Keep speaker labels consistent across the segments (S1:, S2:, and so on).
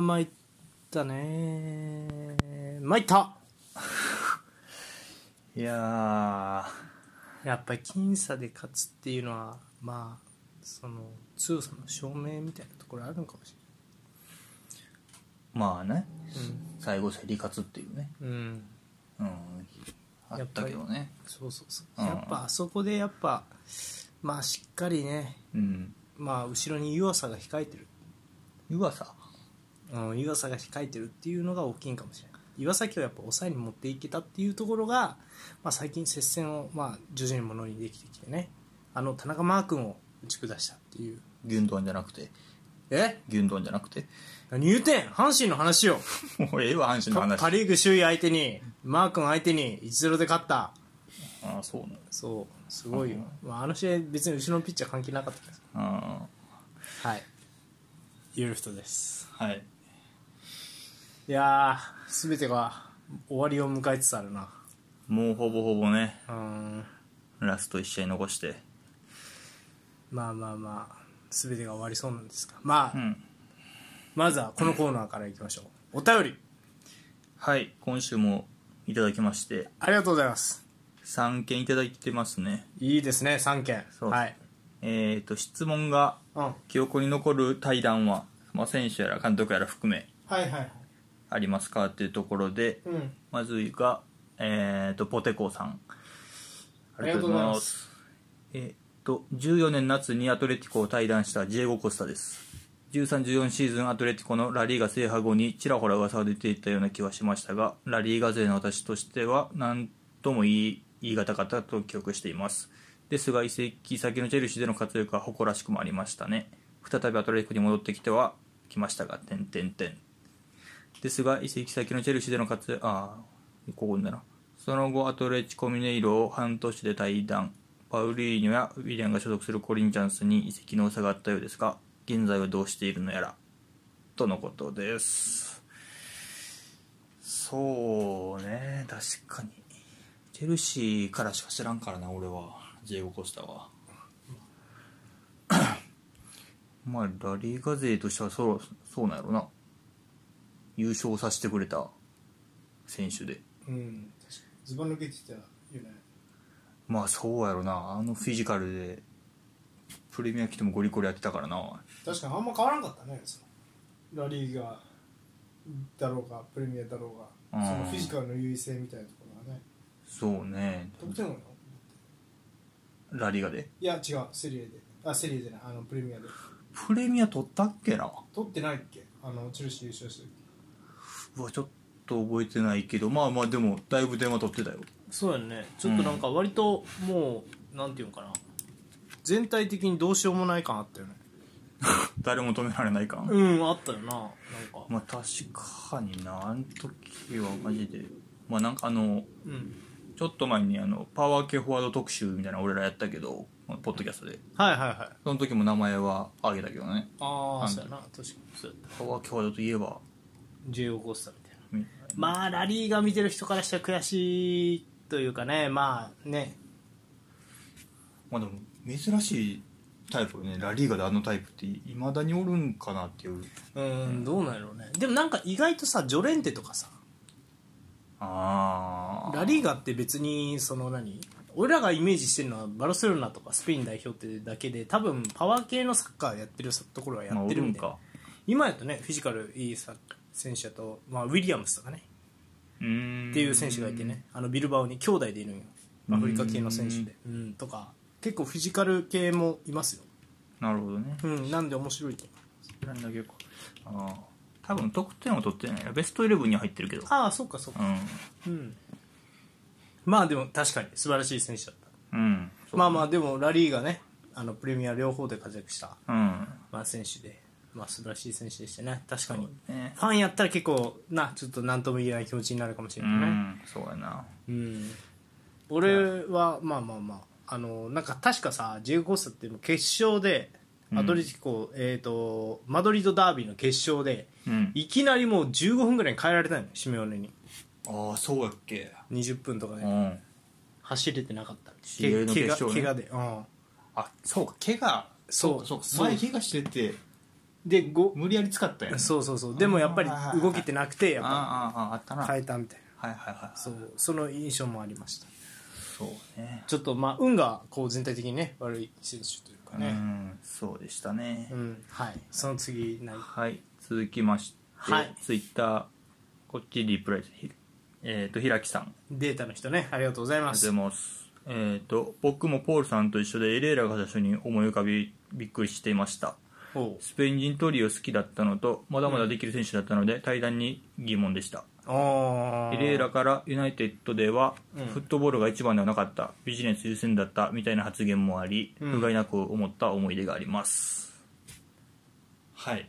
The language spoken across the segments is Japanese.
S1: 参ったね参った
S2: いや
S1: やっぱり僅差で勝つっていうのはまあその強さの証明みたいなところあるのかもし
S2: ーまあね
S1: れない
S2: 最後競り勝つっていうね
S1: うん、うん、
S2: うんあったけどね
S1: そうそうそう
S2: うん
S1: やっぱあそこでやっぱまあしっかりね
S2: うん
S1: まあ後ろに湯浅が控えてる、
S2: 湯浅
S1: うん、湯浅が控えてるっていうのが大きいんかもしれない岩崎をやっぱ抑えに持っていけたっていうところが、まあ、最近接戦をまあ徐々にものにできてきてねあの田中マー君を打ち下したっていう
S2: 牛丼じゃなくて
S1: え
S2: 牛丼じゃなくて
S1: 何言うてん阪神の話よ
S2: もうええわ阪神の話
S1: パ・リーグ首位相手にマー君相手に1-0で勝った
S2: ああそうな
S1: そうすごいよ、まあ、あの試合別に後ろのピッチャー関係なかったです
S2: あ
S1: はいゆるふとです
S2: あはい
S1: いやー全てが終わりを迎えつつあるな
S2: もうほぼほぼね
S1: うーん
S2: ラスト1試合残して
S1: まあまあまあ全てが終わりそうなんですがまあ、
S2: うん
S1: まずはこのコーナーからいきましょうお便り
S2: はい今週もいただきまして
S1: ありがとうございます
S2: 3件いただいてますね
S1: いいですね3件
S2: そうです
S1: はい
S2: えっ、と質問が
S1: うんはい
S2: 記憶に残る対談は、まあ、選手やら監督やら含め
S1: はいはい
S2: ありますかっていうところで
S1: うん
S2: まずが、えー、とポテコさん
S1: ありがとうございます
S2: ありがとうございますえっと14年夏にアトレティコを退団したジエゴ・コスタです1314シーズンアトレティコのラリーガ制覇後にちらほら噂が出ていたような気はしましたがラリーガ勢の私としては何とも言い言い難かったと記憶していますですが移籍先のチェルシーでの活躍は誇らしくもありましたね再びアトレティコに戻ってきては来ましたが点点点ですが移籍先のチェルシーでの活躍ああここだなその後アトレチコミネイロを半年で退団パウリーニョやウィリアンが所属するコリンチャンスに移籍の差があったようですが現在はどうしているのやらとのことですそうね確かにチェルシーからしか知らんからな俺はジェイゴ・コスタはまあラリーガ勢としてはそうそうなんやろな優勝させてくれた選手で
S1: うん確かにズボン抜けてたよね
S2: まあそうやろなあのフィジカルでプレミア来てもゴリゴリやってたからな
S3: 確かにあんま変わらんかったねそのラリーがだろうがプレミアだろうが
S2: うん
S3: そのフィジカルの優位性みたいなところがね
S2: そうね
S3: 得点王よ
S2: ラリガで
S3: いや違うセリエであセリエじゃないあのプレミアで
S2: プレミア取ったっけな
S3: 取ってないっけあのチェルシー優勝してる
S2: うわちょっと覚えてないけどまあまあでもだいぶ電話取ってたよ
S1: そうだよねちょっとなんか割ともう、なんていうんかな全体的にどうしようもない感あったよね
S2: 誰も止められないか、
S1: うんあったよななんか
S2: まあ確かになあの時はマジでまあなんかあの
S1: うん
S2: ちょっと前にあのパワー系フォワード特集みたいなの俺らやったけどまあポッドキャストで
S1: はいはいはい
S2: その時も名前は挙げたけどね
S1: あ
S2: あ
S1: あそうやな確かにそうやった
S2: パワー系フォワードといえば
S1: ジェイオコースターみたいな
S2: み
S1: まあラリーが見てる人からしたら悔しいというかねまあね
S2: まあでも珍しいタイプよねラリーガであのタイプっていまだにおるんかなっていう
S1: うん、どうなんやろうねでもなんか意外とさジョレンテとかさ
S2: あ
S1: ラリーガって別にその何俺らがイメージしてるのはバルセロナとかスペイン代表ってだけで多分パワー系のサッカーやってるところはや
S2: まあ
S1: っ
S2: お
S1: て
S2: る
S1: る
S2: ん
S1: みたいな、
S2: か
S1: 今やとねフィジカルいいサッカー選手だと、まあ、ウィリアムスとかね
S2: うーん
S1: っていう選手がいてねあのビルバオに兄弟でいるんよアフリカ系の選手でうんとか結構フィジカル系もいますよ
S2: なるほどね
S1: うんなんで面白いと思う
S2: なんだけかああ多分得点は取ってないなベストイレブンには入ってるけど
S1: ああそうかそうか
S2: うん
S1: うんまあでも確かに素晴らしい選手だった
S2: うんそう
S1: まあまあでもラリーがねあのプレミア両方で活躍した、
S2: うん
S1: まあ、選手で、まあ、素晴らしい選手でしたね確かに
S2: ね
S1: ファンやったら結構なちょっと何とも言えない気持ちになるかもしれ
S2: う
S1: ないね
S2: んそうやな
S1: うん俺はまあまあまああのなんか確かさジェイコースタっていうの決勝でアトレティコ、えー、とマドリードダービーの決勝で
S2: うん
S1: いきなりもう15分ぐらいに変えられたのよシメオネに
S2: ああそうやっけ
S1: 20分とかで、
S2: うん
S1: 走れてなかった
S2: 知り合いの
S1: け
S2: 決勝ね
S1: 怪我怪我で、うん、
S2: あそうか怪我
S1: そう
S2: そうか
S1: そう
S2: 前怪我しててでご無理やり使ったやん
S1: そうそうそうでもやっぱり動けてなくてやっぱ
S2: あああああったな、
S1: 変
S2: はい、
S1: えたみたいな
S2: はいはいはい
S1: そうその印象もありました
S2: そうね
S1: ちょっとまあ運がこう全体的にね悪い選手というか
S2: う
S1: ね
S2: んそうでしたね、
S1: うん、はいその次ない
S2: はい続きまして、
S1: はい
S2: ツイッターこっちリプライズひえっ、とひらきさん
S1: データの人ねありがとうござい
S2: ありがとうご
S1: ま
S2: ざ
S1: す
S2: います。えっ、と、僕もポールさんと一緒でエレーラが最初に思い浮かびびっくりしていました。
S1: おう
S2: スペイン人トリオ好きだったのと、まだまだできる選手だったので、対談に疑問でした。
S1: あ
S2: エレーラからユナイテッドでは、
S1: うん
S2: フットボールが一番ではなかった、ビジネス優先だったみたいな発言もあり、
S1: うん
S2: 不甲斐なく思った思い出があります。はい。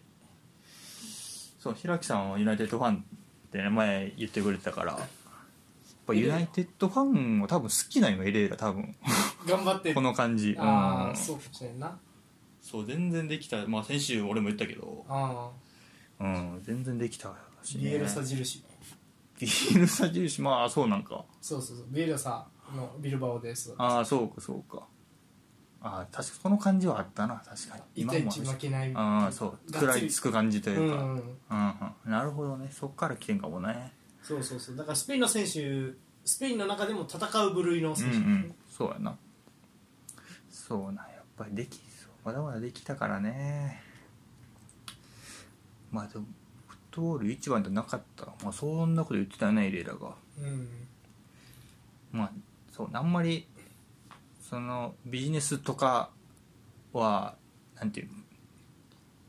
S2: そう、平木さんはユナイテッドファンってね前言ってくれてたから、やっぱユナイテッドファンは多分好きなんよ、エレーラ多分。
S3: 頑張って
S2: この感じ。
S3: あ
S2: う
S3: あ
S2: ん
S3: そうかもしれんな
S2: そう、全然できた。まあ先週俺も言ったけど、
S3: ああ
S2: うん、全然できたしね。
S3: ビエルサ印
S2: ビエルサ印、まあそうなんか。
S3: そうそうそうビエルサのビルバオです
S2: ああそうかそうかああ確かその感じはあったな確かに
S3: 1
S2: 今
S3: 対
S2: も
S3: 1負けない
S2: ああそう食
S3: がっ
S2: ら
S3: つり
S2: いつく感じといううか、うん
S3: ん
S2: うんなるほどねそっから来てんかもね
S3: そうそうそうだからスペインの選手スペインの中でも戦う部類
S2: う
S3: の
S2: ん
S3: 選
S2: う
S3: 手、
S2: んそうやなそうなんやっぱりできそうまだまだできたからねまあでもフットボール一番じゃなかったまあそんなこと言ってたよねエレラが
S3: うん
S2: まあそうあんまりそのビジネスとかはなんていうの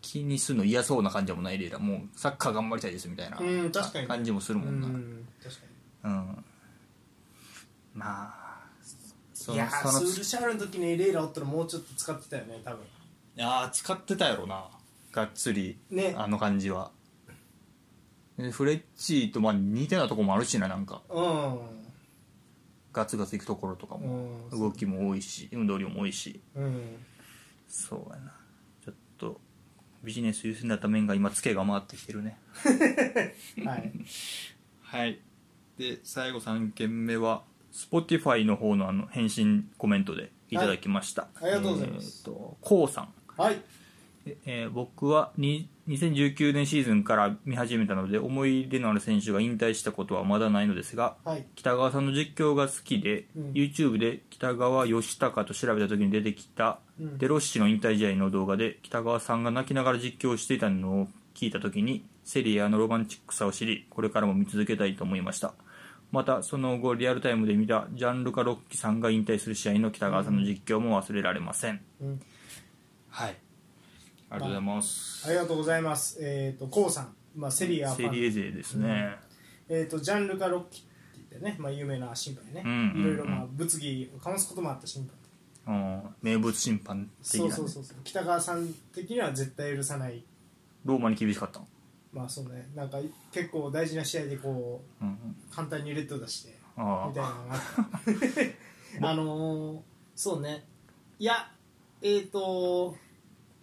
S2: 気にするの嫌そうな感じやもんないレーラもうサッカー頑張りたいですみたいな
S3: うん確かに
S2: 感じもするも
S3: うん
S2: なうん、
S3: ん確か
S2: まあそ
S3: にい
S2: の
S3: や
S2: そ
S3: ー
S2: の
S3: スールシャールの時にレイラおったらもうちょっと使ってたよね多分
S2: いやー使ってたやろながっつり、
S3: ね
S2: あの感じはでフレッチーとまあ似たようなとこもあるしななんかガツガツいくところとかも、
S3: うんうん
S2: 動きも多いし運動量も多いし
S3: うん
S2: そうやなちょっとビジネス優先だった面が今ツケが回ってきてるね
S3: はい
S2: はいで最後3件目は Spotify の方のあの返信コメントでいただきました、
S3: はいありがとうございます
S2: えーとこうさん
S3: はい
S2: ええー僕はに2019年シーズンから見始めたので思い出のある選手が引退したことはまだないのですが
S3: はい
S2: 北川さんの実況が好きで、
S3: うん
S2: YouTube で北川義孝と調べた時に出てきた
S3: うん
S2: デロッシの引退試合の動画で北川さんが泣きながら実況していたのを聞いた時にセリアのロマンチックさを知りこれからも見続けたいと思いましたまたその後リアルタイムで見たジャンルカ・ロッキさんが引退する試合の北川さんの実況も忘れられません、
S3: うん
S2: はいありがとうございます、
S3: ありがとうございますえっ、とコウさんまあセリアフ
S2: セ
S3: ァン
S2: リエ勢ですね、
S3: えー、とジャンルがロッキーって言ってね、まあ、有名な審判ね、
S2: うんうんうん
S3: いろいろまあ物議をかわすこともあった審判
S2: うん、名物審判的な
S3: そ
S2: ね、
S3: うそうそうそう北川さん的には絶対許さない
S2: ローマに厳しかったの
S3: まあそうねなんか結構大事な試合でこう
S2: うんうん
S3: 簡単にレッド出して
S2: あ
S3: みたい
S2: あ
S3: なのがあった あのーそうねいやえっ、と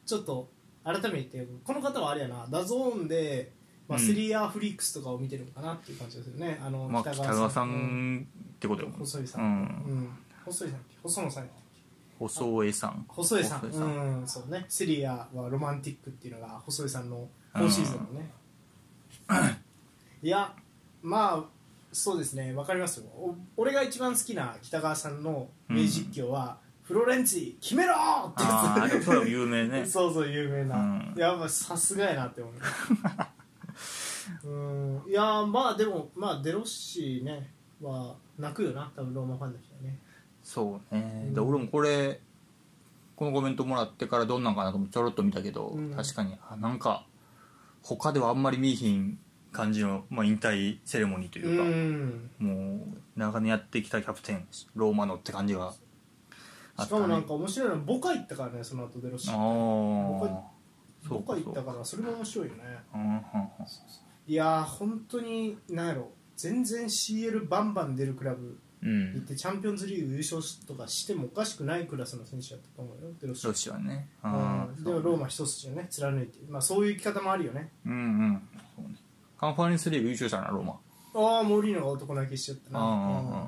S3: ちょっと改めて言ってこの方はあれやなダゾーンで、まあ、
S2: うん
S3: スリーアーフリックスとかを見てるのかなっていう感じですよね、あの
S2: まあ北川さ
S3: うん
S2: んってことよ
S3: 細井さん、
S2: うん
S3: うん細井さん細野さんやったっけ
S2: 細江さん
S3: 細井さん
S2: 細井さん
S3: うんそうねセリアはロマンティックっていうのが細井さんの今シーズンのね、いやまあそうですねわかりますよお俺が一番好きな北川さんの名実況は、フロレンツィ決めろーって
S2: あああ
S3: や
S2: れそれも有名ね
S3: つそうそう有名な、
S2: うん
S3: いやまあさすがやなって思 ううんいやまあでもまあデロッシーねは泣くよな多分ローマファンだけどね
S2: そうね
S3: う、ん
S2: で俺もこれこのコメントもらってからどんなんかなと思ってちょろっと見たけど、
S3: うん
S2: 確かにあなんか他ではあんまり見えひん感じの、まあ、引退セレモニーというか、
S3: ん
S2: もう長年やってきたキャプテンローマのって感じがあ
S3: し
S2: った、
S3: か
S2: ね、
S3: もなんか面白いのはボカ行ったからねその後デロッシ
S2: あ
S3: ー
S2: あそ
S3: ボ
S2: う
S3: カ
S2: か
S3: 行
S2: そ
S3: っ
S2: う
S3: た
S2: か
S3: からそれも面白いよね
S2: うんうんうん
S3: いやー本当になんやろ全然 CL バンバン出るクラブ
S2: う
S3: 行っ
S2: ん
S3: てチャンピオンズリーグ優勝とかしてもおかしくないクラスの選手だったと思うよデロッシ
S2: ロ
S3: ー
S2: シアねあー
S3: うんで
S2: そう
S3: もローマ一筋をね貫いてまあそういう生き方もあるよね
S2: うんうんそうねカンファレンスリーグ優勝したなローマ
S3: ああモーリーノが男泣きしちゃったな
S2: ああ、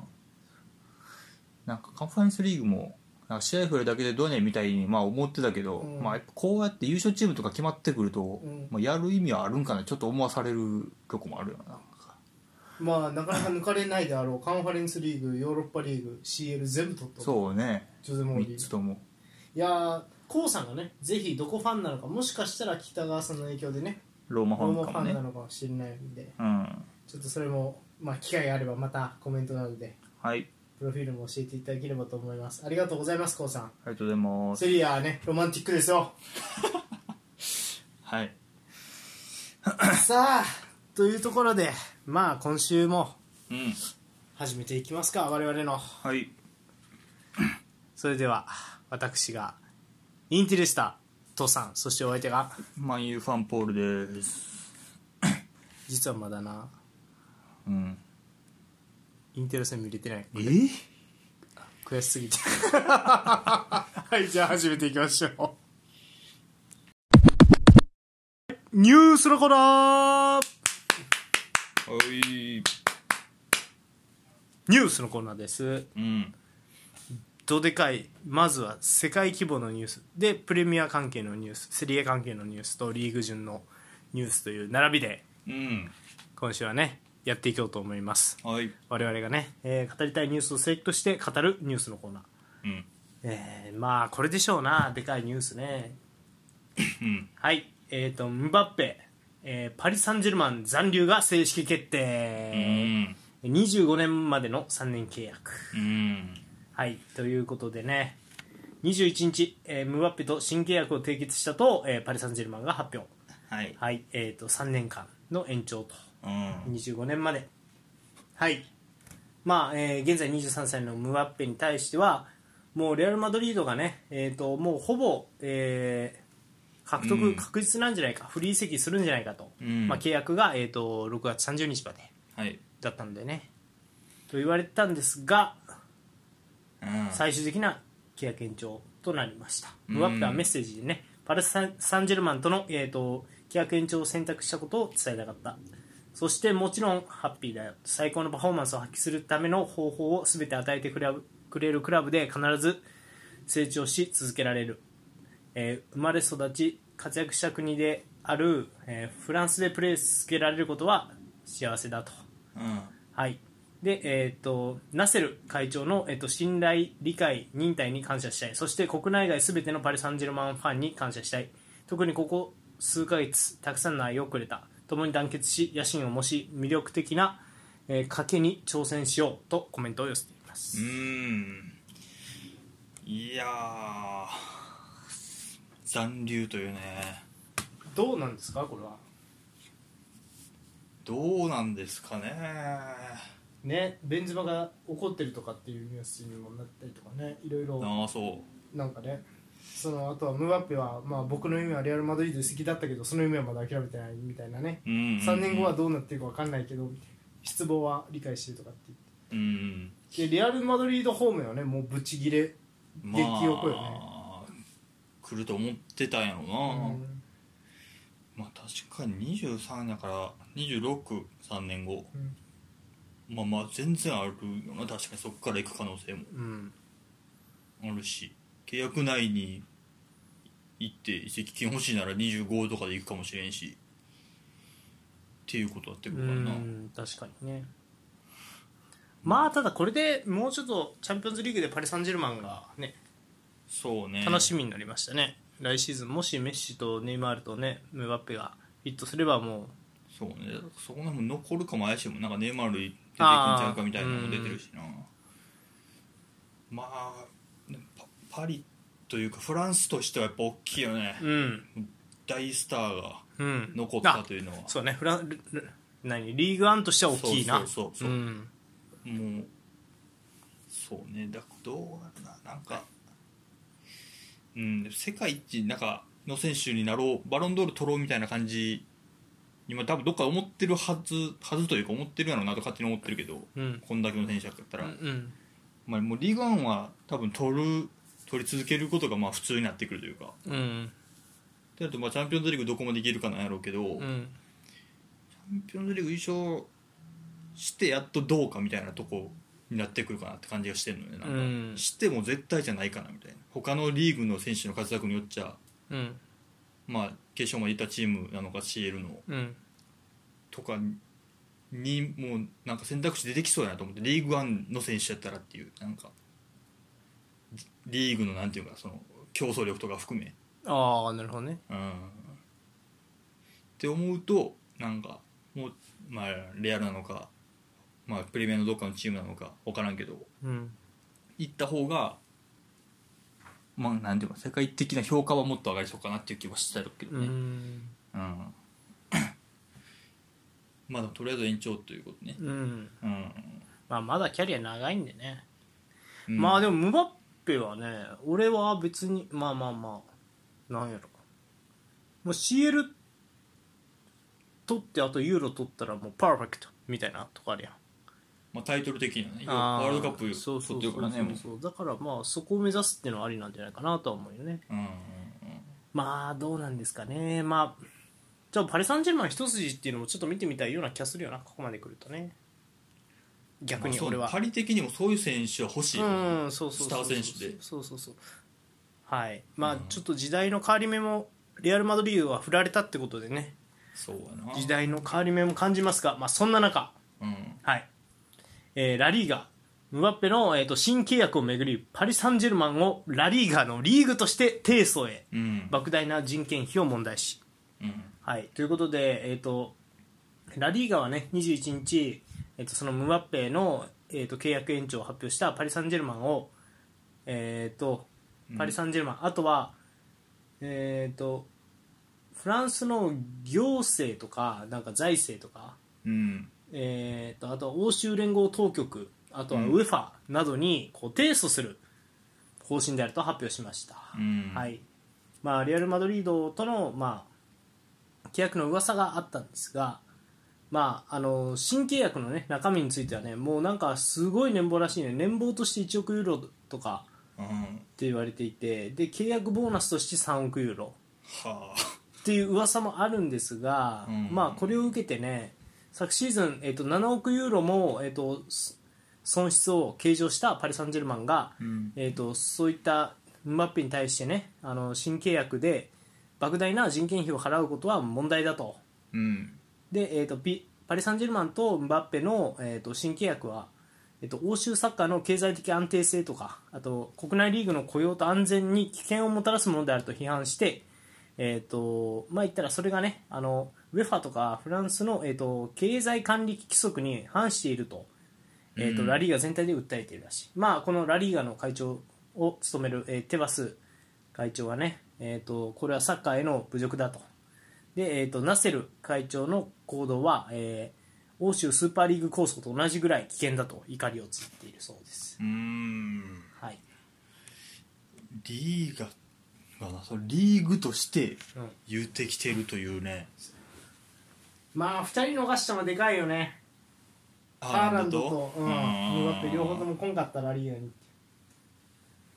S2: なんかカンファレンスリーグもなんか試合増えるだけでどうねみたいにまあ思ってたけど、
S3: うん
S2: まあ、こうやって優勝チームとか決まってくると、
S3: ん
S2: まあ、やる意味はあるんかなちょっと思わされるとこもあるよな
S3: まあなかなか抜かれないであろうカンファレンスリーグヨーロッパリーグ CL 全部取った
S2: そうね
S3: ジョゼモーリ
S2: 3
S3: ー
S2: つとも
S3: いやーコウさんがねぜひどこファンなのかもしかしたら北川さんの影響でね
S2: ローマフ
S3: ローマ
S2: ァン
S3: フ
S2: かも
S3: ァン
S2: ね
S3: なのかもしれないんで
S2: うん
S3: ちょっとそれもまあ機会があればまたコメントなどで
S2: はい
S3: プロフィールも教えていただければと思いますありがとうございますコウさん
S2: ありがとうございます
S3: セリアねロマンティックですよ
S2: はい
S3: さあというところでまあ今週も
S2: うん
S3: 始めていきますか我々の
S2: はい
S1: それでは私がインテリでした父さんそしてお相手が
S2: マンユーファンポールです
S1: 実はまだな
S2: うん
S1: インテル戦見れてない
S2: え
S1: 悔しすぎて はいじゃあ始めていきましょうニュースのコーナー
S2: は
S1: ニ
S2: い
S1: ュースのコーナーです
S2: うん
S1: どでかいまずは世界規模のニュースでプレミア関係のニュースセリエ関係のニュースとリーグ順のニュースという並びで
S2: うん
S1: 今週はねやっていこうと思います
S2: はい
S1: 我々がね、えー語りたいニュースをセレクトして語るニュースのコーナー、
S2: うん
S1: えーまあこれでしょうなでかいニュースね
S2: うん
S1: はいえっ、とムバッペ、えーパリ・サンジェルマン残留が正式決
S2: う
S1: 定、
S2: ん
S1: 25年までの3年契約
S2: うん
S1: はいということでね21日、えームバッペと新契約を締結したと、えーパリ・サンジェルマンが発表
S2: はい
S1: はいえー、と3年間の延長と
S2: うん
S1: 25年まではいまあ、えー現在23歳のムワッペに対してはもうレアル・マドリードがね、えー、ともうほぼ、えー獲
S2: う
S1: 得
S2: ん
S1: 確実なんじゃないか、フリー席するんじゃないかと、
S2: うん
S1: まあ、契約が、えー、と6月30日まで
S2: はい
S1: だったんでねと言われてたんですが
S2: うん
S1: 最終的な契約延長となりました、
S2: うん
S1: ムワッペはメッセージでねパルスサンサンジェルマンとの、えー、と契約延長を選択したことを伝えたかったそしてもちろんハッピーだよ最高のパフォーマンスを発揮するための方法を全て与えてくれくれるクラブで必ず成長し続けられる、えー生まれ育ち活躍した国である、えーフランスでプレーし続けられることは幸せだと
S2: うん
S1: はい、で、えー、とナセル会長の、えー、と信頼、理解、忍耐に感謝したい、そして国内外すべてのパリ・サンジェルマンファンに感謝したい、特にここ数ヶ月、たくさんの愛をくれた、共に団結し、野心を持ち、魅力的な、えー賭けに挑戦しようとコメントを寄せていま
S2: う
S1: す。
S2: ーんいやー残留というね
S1: どうなんですか、これは。
S2: どうなんですかね
S3: ねベンズマが怒ってるとかっていうニュースにもなったりとかねいろいろ
S2: ああそ
S3: なんかねそのあとはムバッペは、まあ、僕の夢はレアル・マドリード移籍だったけどその夢はまだ諦めてないみたいなね
S2: う、うんうんうん
S3: 3年後はどうなっていくか分かんないけどみたいな失望は理解してるとかって言って
S2: うん
S3: でレアル・マドリード方面はねもうぶち切れ、
S2: ま
S3: 激横よね
S2: あ来ると思ってたんやろな、
S3: うん
S2: まあ確かに23やから263年後
S3: うん
S2: まあまあ全然あるよな確かにそこから行く可能性も
S1: うん
S2: あるし契約内に行って移籍金欲しいなら25とかで行くかもしれんしっていうことだって
S1: う
S2: ことだなうん
S1: ん確かにねまあただこれでもうちょっとチャンピオンズリーグでパリ・サンジェルマンがね
S2: そうね
S1: 楽しみになりましたね、来シーズンもしメッシとネイマールとねムバッペがフィットすればもう
S2: そうねそこのも残るかも怪しいもんなんかネイマール出てくんちゃうかみたいなのも出てるしなまあねパパリというかフランスとしてはやっぱ大きいよね、
S1: うん
S2: 大スターが
S1: うん
S2: 残った
S1: あ
S2: というのは
S1: そうねフランルル何リーグワンとしては大きいな
S2: そうそうそうそう
S1: うん
S2: もうそうねだどうやろななんかうん世界一なんかの選手になろうバロンドール取ろうみたいな感じ今多分どっか思ってるはずはずというか思ってるやろうなと勝手に思ってるけど
S1: うん
S2: こんだけの選手だった
S1: う
S2: ら、
S1: ん
S2: まあ、もうリーグワンは多分取る取り続けることがまあ普通になってくるというか
S1: うんうん
S2: であとまあチャンピオンズリーグどこまでいけるかなんやろうけど、
S1: う
S2: チャ
S1: ん
S2: ンピオンズリーグ優勝してやっとどうかみたいなとこになってくるかなって感じがしてるのよねなんか、
S1: うん
S2: しても絶対じゃないかなみたいな他のリーグの選手の活躍によっちゃ
S1: うん
S2: まあ決勝までいったチームなのか CL の
S1: うん
S2: とかにもうなんか選択肢出てきそうやなと思ってリーグワンの選手やったらっていうなんかリーグのなんていうかその競争力とか含め、
S1: ああなるほどね
S2: うん、って思うとなんかもうまあレアルなのか、まあ、プレミアのどっかのチームなのか分からんけど
S1: うん
S2: 行った方がまあなんていうか世界的な評価はもっと上がりそうかなっていう気はしてるけど
S1: う
S2: ね。
S1: ん
S2: うん、まあでもとりあえず延長ということね、
S1: うん
S2: うん
S1: まあまだキャリア長いんでね
S2: うん
S1: まあでもムバッペはね俺は別にまあまあまあなんやろもう CL 取ってあとユーロ取ったらもうパーフェクトみたいなとこあるやん
S2: まあ、タイトル的にはね要は
S1: あ
S2: ワールドカップ取
S1: そうそう
S2: って
S1: そ
S2: る
S1: う
S2: からねもう
S1: そうだからまあそこを目指すっていうのはありなんじゃないかなとは思うよね
S2: うんうんうん
S1: まあどうなんですかねまあじゃあパリ・サンジェルマン一筋っていうのもちょっと見てみたいような気がするよなここまで来るとね逆
S2: まあ
S1: に
S2: そう
S1: 俺は、
S2: パリ的にもそういう選手は欲しいよね、
S1: うんそうそう
S2: スタ
S1: そう
S2: ー選手で
S1: そうそうそうはいまあ、
S2: うん
S1: ちょっと時代の変わり目もレアル・マドリードは振られたってことでね
S2: そうやな
S1: 時代の変わり目も感じますが、まあ、そんな中
S2: うん
S1: はい、えーラリーガムバッペの、えー、と新契約をめぐりパリ・サンジェルマンをラリーガのリーグとして提訴へ
S2: うん
S1: 莫大な人件費を問題視、
S2: うん
S1: はい、ということで、えー、とラリーガはね21日、えー、とそのムバッペの、えー、と契約延長を発表したパリ・サンジェルマンを、えー、とパリ・サンジェルマン、あとは、えー、とフランスの行政とかなんか財政とか
S2: うん
S1: えー、とあとは欧州連合当局あとは
S2: うん
S1: UEFA などにこう提訴する方針であると発表しました、
S2: うん
S1: はいまあ、レアル・マドリードとの、まあ、契約の噂があったんですが、まあ、あの新契約の、ね、中身についてはねもうなんかすごい年俸らしいね年俸として1億ユーロとか
S2: うん
S1: って言われていてで契約ボーナスとして3億ユーロ、
S2: は
S1: っていう噂もあるんですが、
S2: うん
S1: まあこれを受けてね昨シーズン、えっと7億ユーロも、えっとす損失を計上したパリ・サンジェルマンが、
S2: あうん
S1: えっとそういったムバッペに対してねあの新契約で莫大な人件費を払うことは問題だと
S2: うん
S1: で、えっとピパリ・サンジェルマンとムバッペの、えっと新契約は、えっと欧州サッカーの経済的安定性とかあと国内リーグの雇用と安全に危険をもたらすものであると批判して、えっとまあ、言ったらそれがねあの UEFA とかフランスの、えっと経済管理規則に反していると,、えっと
S2: うん
S1: ラリーガ全体で訴えているらしい、まあ、このラリーガの会長を務める、えーテバス会長はね、えっとこれはサッカーへの侮辱だと。で、えー、とナセル会長の行動は、えー欧州スーパーリーグ構想と同じぐらい危険だと怒りをつっているそうです、
S2: うん
S1: はい
S2: リーガがなそのリーグとして
S1: うん
S2: 言ってきてるというね
S3: まあ2人逃したのはでかいよねハーランドとうんムバッペ両方とも今回あったらリーガに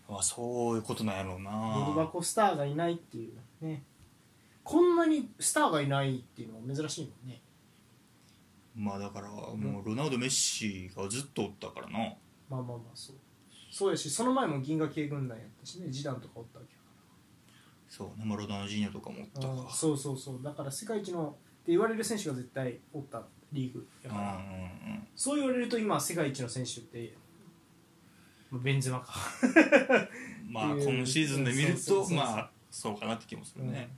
S2: あそういうことなんやろうな
S3: ドルバコスターがいないっていうねこんなにスターがいないっていうのは珍しいもんね
S2: まあだからもうロナウド・メッシがずっとおったからな
S3: まあまあまあそうそうやしその前も銀河系軍団やったしねジダンとかおったわけや
S2: そうねまあロナウジーニョとかもおった
S3: から
S2: か
S3: そうそうそうだから世界一のって言われる選手が絶対おったリーグや
S2: うん
S3: か
S2: う
S3: ら、
S2: ん
S3: そう言われると今世界一の選手ってまあベンゼマか
S2: うんまあ
S3: うん
S2: 今シーズンで見る
S3: そうそうそう
S2: と
S3: そう
S2: まあそうかなって気もするね、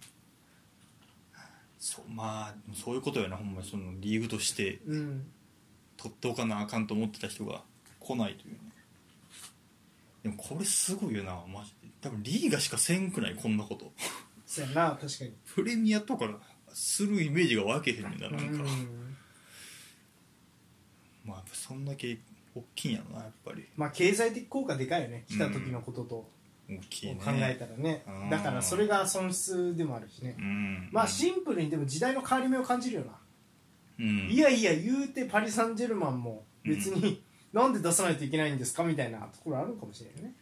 S2: そうまあそういうことよなほんまにそのリーグとして
S3: うん
S2: 取っておかなあかんと思ってた人が来ないというねでもこれすごいよなマジで多分リーガしかせんくないこんなこと
S3: そうやな確かに
S2: プレミアとかするイメージが分けへんねんななんか、
S3: うん
S2: まあやっぱそんだけ大きいんやろなやっぱり
S3: まあ経済的効果でかいよね来た時のことと、
S2: 大きいね
S3: 考えたらね
S2: うん
S3: だからそれが損失でもあるしね、
S2: うん
S3: まあシンプルにでも時代の変わり目を感じるよな、
S2: うん
S3: いやいや言うてパリ・サンジェルマンも別に、なんで出さないといけないんですかみたいなところあるのかもしれないね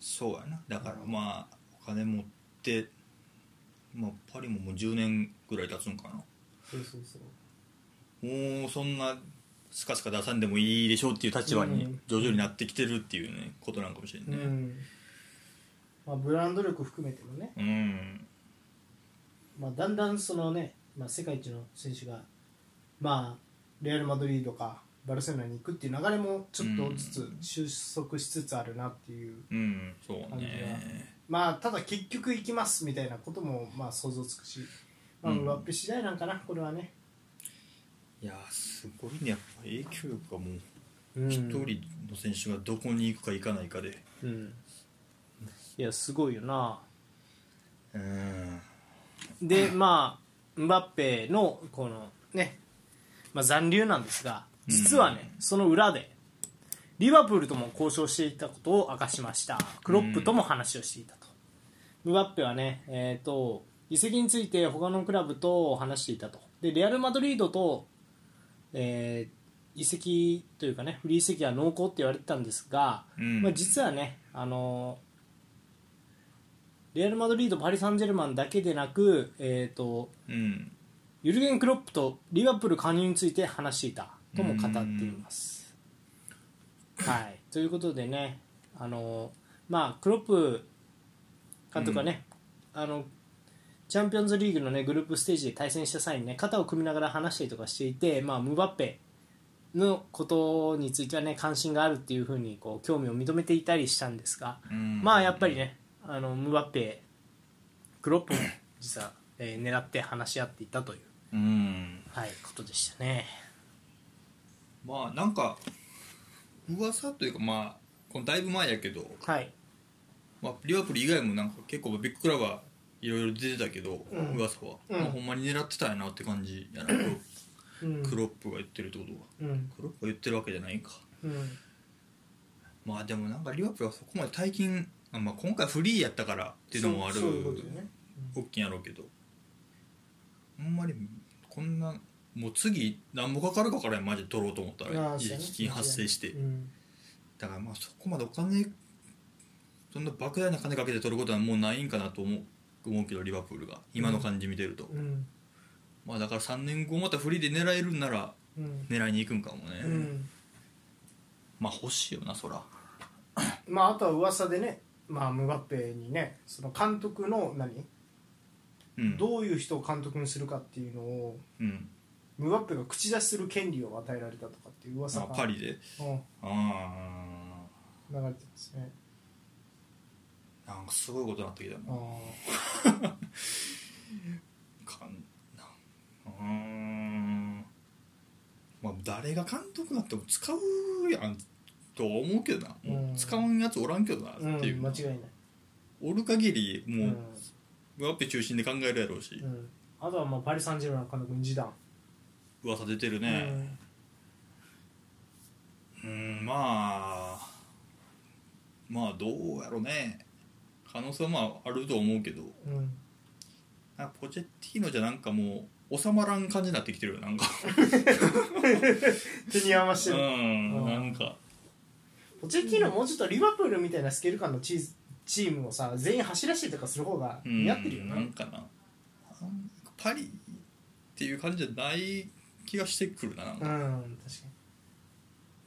S2: そうやなだからまあお金持ってまあパリももう10年ぐらい経つんかな
S3: そうそうそう
S2: もうそんなスカスカ出さんでもいいでしょうっていう立場
S3: う
S2: に
S3: ん
S2: 徐々になってきてるっていうねことなんかもしれ
S3: う
S2: ないね
S3: んまあ、ブランド力含めてもね、
S2: うん
S3: まあ、だんだんそのね、まあ、世界一の選手が、まあ、レアル・マドリードかバルセロナに行くっていう流れもちょっとずつ収束しつつあるなっていう、
S2: うんそう
S3: 感じが
S2: ね
S3: まあただ結局行きますみたいなこともまあ想像つくし、まあ、
S2: うん
S3: 上っぺ次第なんかなこれはね、
S2: いやーすごいねやっぱ影響力がもう
S1: うん
S2: 一人の選手がどこに行くか行かないかで
S1: うんいやすごいよな
S2: うん
S1: でまあムバッペのこのね、まあ、残留なんですが実はね、その裏でリバプールとも交渉していたことを明かしましたクロップとも話をしていたと、ムバッペはねえっ、と移籍について他のクラブと話していたとでレアル・マドリードと、えー移籍というかねフリー移籍は濃厚って言われてたんですが、
S2: うん
S1: まあ、実はねあのーレアル・マドリード、パリ・サンジェルマンだけでなく、えー、と
S2: うん
S1: ユルゲン・クロップとリバプール加入について話していたとも語っています。はい、ということでね、あのまあ、クロップ監督はね、あのチャンピオンズリーグの、ね、グループステージで対戦した際に、ね、肩を組みながら話したりとかしていて、まあ、ムバッペのことについては、ね、関心があるっていうふうにこう興味を認めていたりしたんですが、
S2: うん
S1: まあやっぱりねあのムバッペクロップも実は、えー狙って話し合っていたという、
S2: うん
S1: はい、ことでしたね
S2: まあなんか噂というかまあこのだいぶ前やけど、
S1: はい
S2: まあ、リバプール以外もなんか結構ビッグクラブはいろいろ出てたけど、
S3: うん
S2: 噂は、
S3: うん
S2: まあ、ほんまに狙ってたんやなって感じやなクロ
S3: うん
S2: クロップが言ってるってことは
S3: うん
S2: クロップが言ってるわけじゃないか
S3: うん
S2: まあでもなんかリバプールはそこまで大金、あまあ、今回フリーやったからっていうのもある
S3: そうそういうことよね
S2: 大きいんやろうけどあんまりこんなもう次何もかかるかからんマジで取ろうと思った
S3: あ
S2: ら
S3: あそうやね
S2: 基金発生して
S3: うん
S2: だからまあそこまでお金そんな莫大な金かけて取ることはもうないんかなと思う思うけどリバプールが今の感じ見てると、
S3: うん
S2: まあだから3年後またフリーで狙えるんなら
S3: うん
S2: 狙いに行くんかもね、
S3: うん
S2: まあ欲しいよなそら
S3: まああとは噂でね、まあ、ムバッペにねその監督の何
S2: うん
S3: どういう人を監督にするかっていうのを
S2: うん、
S3: ムバッペが口出しする権利を与えられたとかっていう噂
S2: まあ
S3: が、
S2: パリで
S3: うん
S2: あ
S3: 流れてますね
S2: あなんかすごいことになってきた
S3: あ
S2: な
S3: あ
S2: かんなうーんまあ誰が監督なっても使うやんとは思うけどな、
S3: うん
S2: 使わんやつおらんけどなって
S3: うん間違
S2: い、
S3: いうない、
S2: おる限り
S3: う
S2: もう、
S3: ん
S2: ワッペ中心で考えるやろうし、
S3: うん、あとはまあパリ・サンジェルマンの監督に示談、
S2: 噂出てるねうんまあまあどうやろね可能性はまああると思うけど
S3: うんうん
S2: なんかポチェッティーノじゃなんかもう収まらん感じになってきてるよなんか
S3: 手に合わせ
S2: う
S3: てる
S2: んなんか
S3: ポチェッティーノもうちょっとリバプールみたいなスケール感のチーズチームをさ全員走らせてとかする方が
S2: うん
S3: 似合ってるよね、
S2: なんかななんかパリっていう感じじゃない気がしてくるななん
S3: う
S2: か
S3: ん確か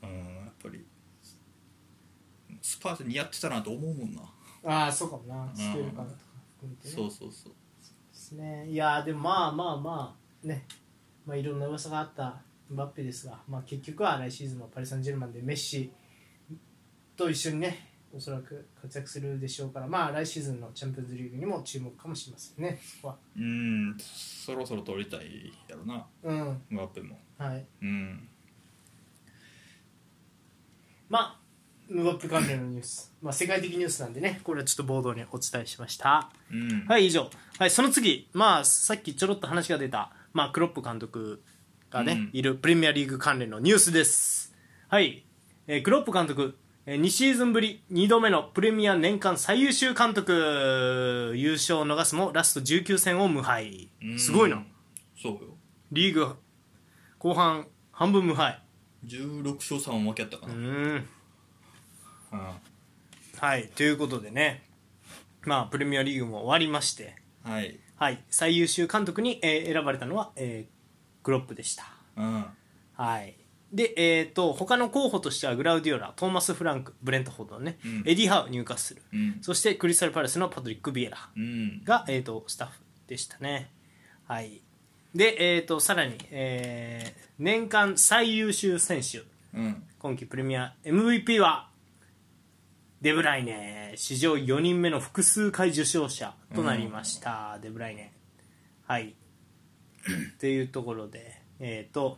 S2: うんやっぱりスパーズ似合ってたなと思うもんな、
S3: にああそうかもなスケール感とか含めてね
S2: そうそうそう
S3: ですねいやーでもまあまあまあねまあいろんな噂があったムバッペですが、まあ、結局は来シーズンのパリ・サンジェルマンでメッシと一緒にねおそらく活躍するでしょうからまあ来シーズンのチャンピオンズリーグにも注目かもしれませんねそこは
S2: うんそろそろ取りたいやろな
S3: うん
S2: ムバッペも
S3: はい
S2: うん
S3: まあムバッペ関連のニュースまあ世界的ニュースなんでね
S1: これはちょっと暴動にお伝えしました
S2: うん
S1: はい以上、はい、その次、まあ、さっきちょろっと話が出た、まあ、クロップ監督がね、
S2: うん
S1: いるプレミアリーグ関連のニュースですはい、えークロップ監督えー2シーズンぶり2度目のプレミア年間最優秀監督優勝を逃すもラスト19戦を無敗
S2: うん
S1: すごいな
S2: そうよ
S1: リーグ後半半分無敗
S2: 16勝3分けやったか
S1: う
S2: な、
S1: ん
S2: うん
S1: はいということでねまあプレミアリーグも終わりまして
S2: はい
S1: はい最優秀監督に、えー選ばれたのは、えークロップでした
S2: うん
S1: はい
S3: で、えー、と他の候補としてはグラウディオラトーマス・フランクブレント・フォードのね、
S2: うん
S3: エディ・ハウ入荷する、
S2: うん
S3: そしてクリスタル・パレスのパトリック・ビエラ
S2: うん
S3: が、えー、とスタッフでしたね。はい、で、えー、とさらに、えー年間最優秀選手
S2: うん
S3: 今季プレミア MVP はデブライネ史上4人目の複数回受賞者となりました、デブライネはいっていうところでえっ、と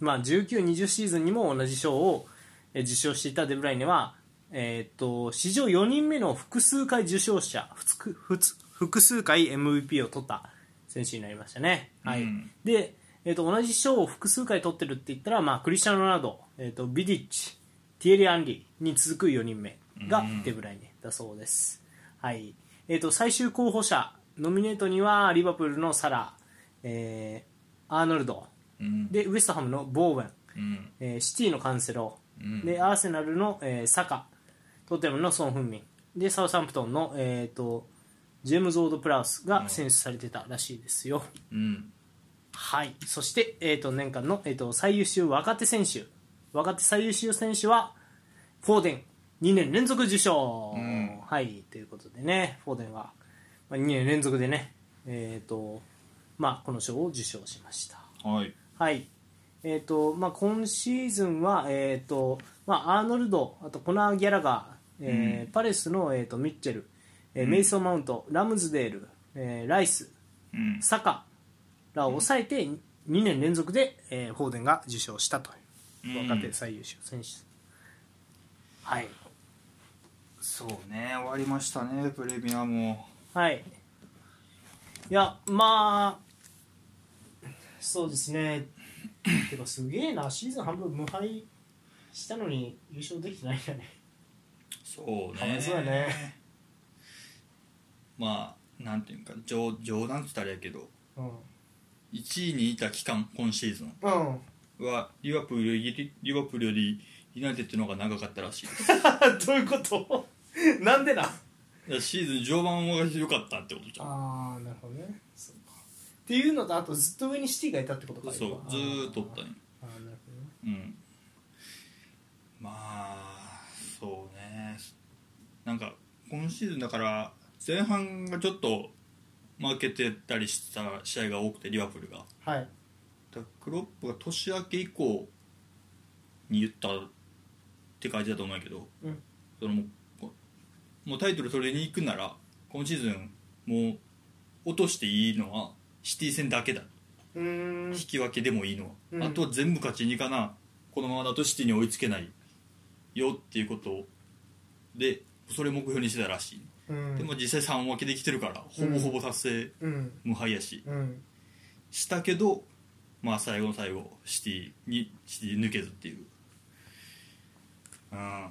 S3: まあ1920シーズンにも同じ賞をえー受賞していたデブライネはえっ、と史上4人目の複数回受賞者ふつくふつ複数回 MVP を取った選手になりましたねはい、
S2: うん
S3: で、えー、と同じ賞を複数回取ってるって言ったら、まあ、クリスチャン・ロナウド、えー、とビディッチティエリ・アンリーに続く4人目がデブライネだそうです、はいえー、と最終候補者ノミネートにはリバプールのサラ、えーアーノルド
S2: うん
S3: でウエストハムのボーウェン、
S2: うん
S3: えーシティのカンセロ、
S2: うん
S3: でアーセナルの、えーサカトテナムのソン・フンミンでサウサンプトンの、えー、とジェームズ・オード・プラウスが選出されてたらしいですよ、
S2: うん
S3: はい、そして、えー、と年間の、えー、と最優秀若手選手若手最優秀選手はフォーデン2年連続受賞、
S2: うん
S3: はいということでねフォーデンは、まあ、2年連続でねえっ、とまあこの賞を受賞しました
S2: はい
S3: はいえーとまあ、今シーズンは、えーとまあ、アーノルド、あとコナー・ギャラガー、えーパレスの、えー、とミッチェル、えーメイソン・マウント、ラムズデール、えーライス、
S2: うん
S3: サカらを抑えて2年連続で、えー、フォーデンが受賞したという
S2: うん
S3: 若手最優秀選手、はい
S2: そうね終わりましたねプレミアも
S3: はいいやまあそうですねてかすげえなシーズン半分無敗したのに優勝できてないんだね
S2: そう
S3: かわいそうだね
S2: まあなんていうか冗冗談って言ったらあれやけど
S3: うん
S2: 1位にいた期間今シーズン
S3: うん、
S2: はリバプールよりリバプールよりユナイテッドの方が長かったらしいです
S3: どういうこと なんでない
S2: やシーズン序盤が良かったってことじゃん
S3: ああなるほどねそうかっていうのとあとずっと上にシティがいたってことか
S2: そうずーっとおったんよ
S3: あーなるほどね
S2: うんまあそうねなんか今シーズンだから前半がちょっと負けてたりした試合が多くてリバプールがだか
S3: はい
S2: らクロップが年明け以降に言ったって感じだと思うんやけど、
S3: うん
S2: そのもうこもうタイトル取りに行くなら今シーズンもう落としていいのはシティ戦だけだ
S3: うーん
S2: 引き分けでもいいのは、
S3: うん
S2: あとは全部勝ちにかなこのままだとシティに追いつけないよっていうことでそれ目標にしてたらしい、
S3: うん
S2: でも実際3分けできてるからほぼほぼ達成
S3: うん
S2: 無敗やし、
S3: うん
S2: したけどまあ最後の最後シティにシティ抜けずっていううん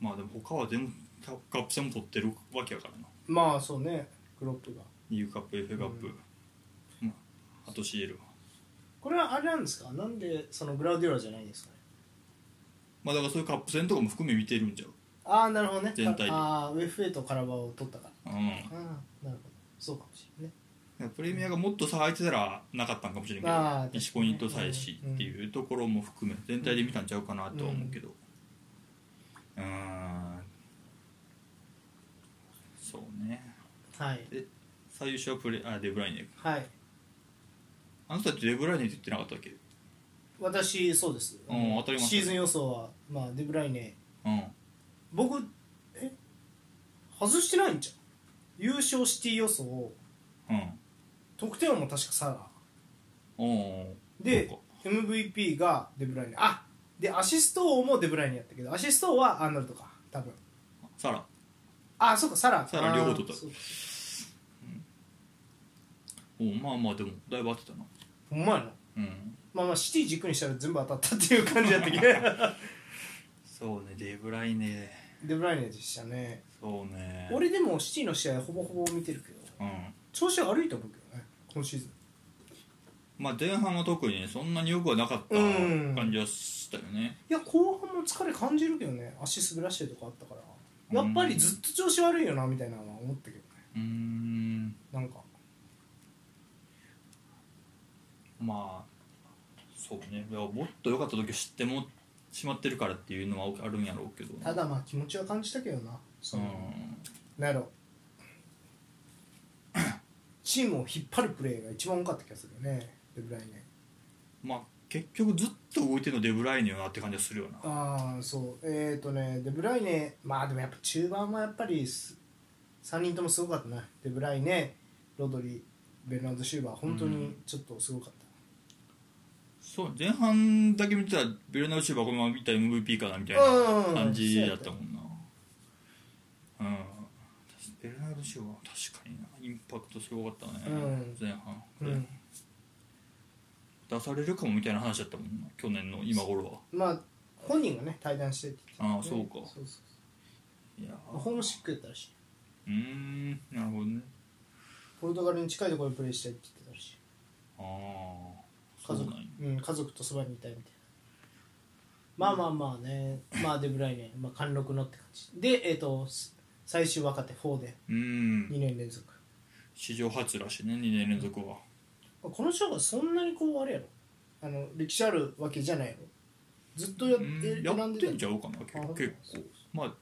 S2: まあでも他は全部カップ戦も取ってるわけやからな
S1: まあそうねクロップが
S2: U カップ FA カップ、まあ、あと CL は
S1: これはあれなんですかなんでそのグラウディオラじゃないんですかね
S2: まあだからそういうカップ戦とかも含め見てるんじゃう
S1: ああなるほどね
S2: 全体で
S1: ああ UFA とカラバを取ったから
S2: うん
S1: ああなるほどそうかもしれないね
S2: プレミアがもっと差空いてたらなかったんかもしれんけど
S1: まあ確かにね
S2: 1ポイント差やしっていうところも含め全体で見たんちゃうかなとは思うけどうんんそうね
S1: はい
S2: 最優秀はプレあデブライネ
S1: はい
S2: あの人たちデブライネって言ってなかったっけ
S1: 私そうです
S2: うん当たりました
S1: シーズン予想はまあデブライネ
S2: うん
S1: 僕え外してないんじゃん優勝シティ予想
S2: うん
S1: 得点王も確かサラ
S2: おー
S1: で
S2: そうか
S1: MVP がデブライネあでアシスト王もデブライネやったけどアシスト王はアーノルドか多分
S2: サラ
S1: あそうかサラ
S2: サラ両方取った
S1: あーそうか
S2: おーまあまあでもだいぶ合ってたな
S1: ほんまやな
S2: うん
S1: まあまあシティ軸にしたら全部当たったっていう感じやったけど
S2: そうねデブライネ
S1: デブライネでしたね
S2: そうね
S1: 俺でもシティの試合ほぼほぼ見てるけど
S2: うん
S1: 調子悪いと思うけどね今シーズン
S2: まあ前半は特にねそんなによくはなかった
S1: うん
S2: 感じはしたよね、
S1: いや後半も疲れ感じるけどね足滑らしてるとこあったからやっぱりずっと調子悪いよなみたいなのは思ったけどね
S2: うーん
S1: なんか
S2: まあそうねいやもっと良かった時を知ってもしまってるからっていうのはあるんやろうけど
S3: ただまあ気持ちは感じたけどなそ
S2: うん
S3: の、なんやろ チームを引っ張るプレーが一番多かった気がするよねデブライネ
S2: まあ結局ずっと動いてるのデブライネよなって感じはするよな
S3: ああそうえっ、ー、とねデブライネまあでもやっぱ中盤はやっぱり3人ともすごかったなデブライネロドリベルナード・シューバー本当にちょっとすごかった、
S2: そう前半だけ見てたらベルナウチューバーこのまま見たら MVP かなみたい
S3: うんうんう
S2: なん感じだったもんなうんベルナウチューバー確かになインパクトすごかったね、
S3: うん
S2: 前半、
S3: うん
S2: 出されるかもみたいな話だったもんな去年の今頃は
S3: まあ本人がね対談してって言ってたね、
S2: ああそうか
S3: そうそ
S2: いや
S3: うホームシックやったらしいう
S2: ーんなるほどね
S3: ポルトガルに近いところでプレーしたいって言ってたらしい
S2: ああ
S3: 家
S2: そう
S3: 族
S2: なんや
S3: うん、家族とそばにいたいみたいなまあまあまあねまあデブライネ、まあ、貫禄のって感じでえっ、とす最終若手4で
S2: うん
S3: 2年連続、
S2: 史上初らしいね2年連続は
S3: この賞がそんなにこうあれやろあの歴史あるわけじゃないやろずっとやっ
S2: う
S3: て
S2: ん
S3: 選
S2: やっ
S3: んで
S2: て
S3: た
S2: んちゃうかな
S3: あそう
S2: 結構まあ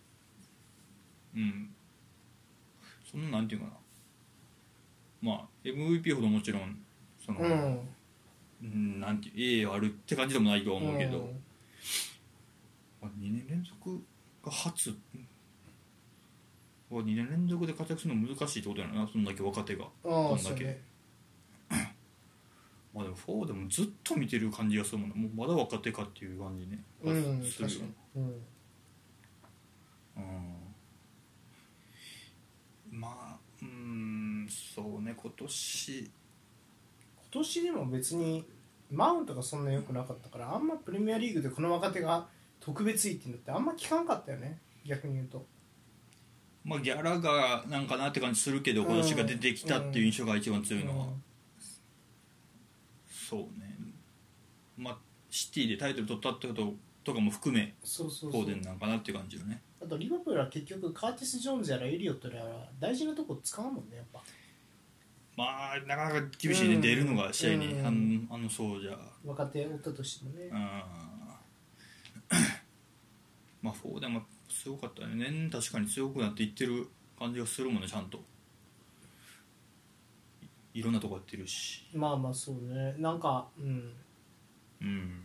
S2: うんそんななんていうかなまあ MVP ほどもちろんその、
S3: うん
S2: うんなんていう栄誉あるって感じでもないとは思うけど、
S3: うん
S2: まあ、2年連続が初2年連続で活躍するの難しいってことやなそんだけ若手が
S3: あ
S2: こ
S3: あ
S2: ん
S3: そ
S2: だ
S3: う
S2: け
S3: ね
S2: まあでも4でもずっと見てる感じがするもんなもうまだ若手かっていう感じね
S3: うん
S2: する
S3: 確
S2: よ
S3: か
S2: な
S3: に、うん、
S2: うんまあうんそうね今年
S3: 今年でも別にマウントがそんな良くなかったからあんまプレミアリーグでこの若手が特別いいっていうのってあんま聞かんかったよね逆に言うと
S2: まあギャラがなんかなって感じするけど今年が出てきたっていう印象が一番強いのは、
S3: うん
S2: そうねまあシティでタイトル取ったってこととかも含め
S3: そうそうそ
S2: フォ
S3: う
S2: ーデンなんかなっていう感じよね
S3: あとリバプールは結局カーティス・ジョーンズやらエリオットやら大事なとこ使うもんねやっぱ
S2: まあなかなか厳しいね、
S3: うん
S2: 出るのが試合に、
S3: うん
S2: あのあのそうじゃ
S3: 若手おったとしてもね
S2: うんまあフォーデンもすごかったね年々確かに強くなっていってる感じがするもんねちゃんといいろんなとこやってるし
S3: まあまあそうねなんかうん
S2: うん、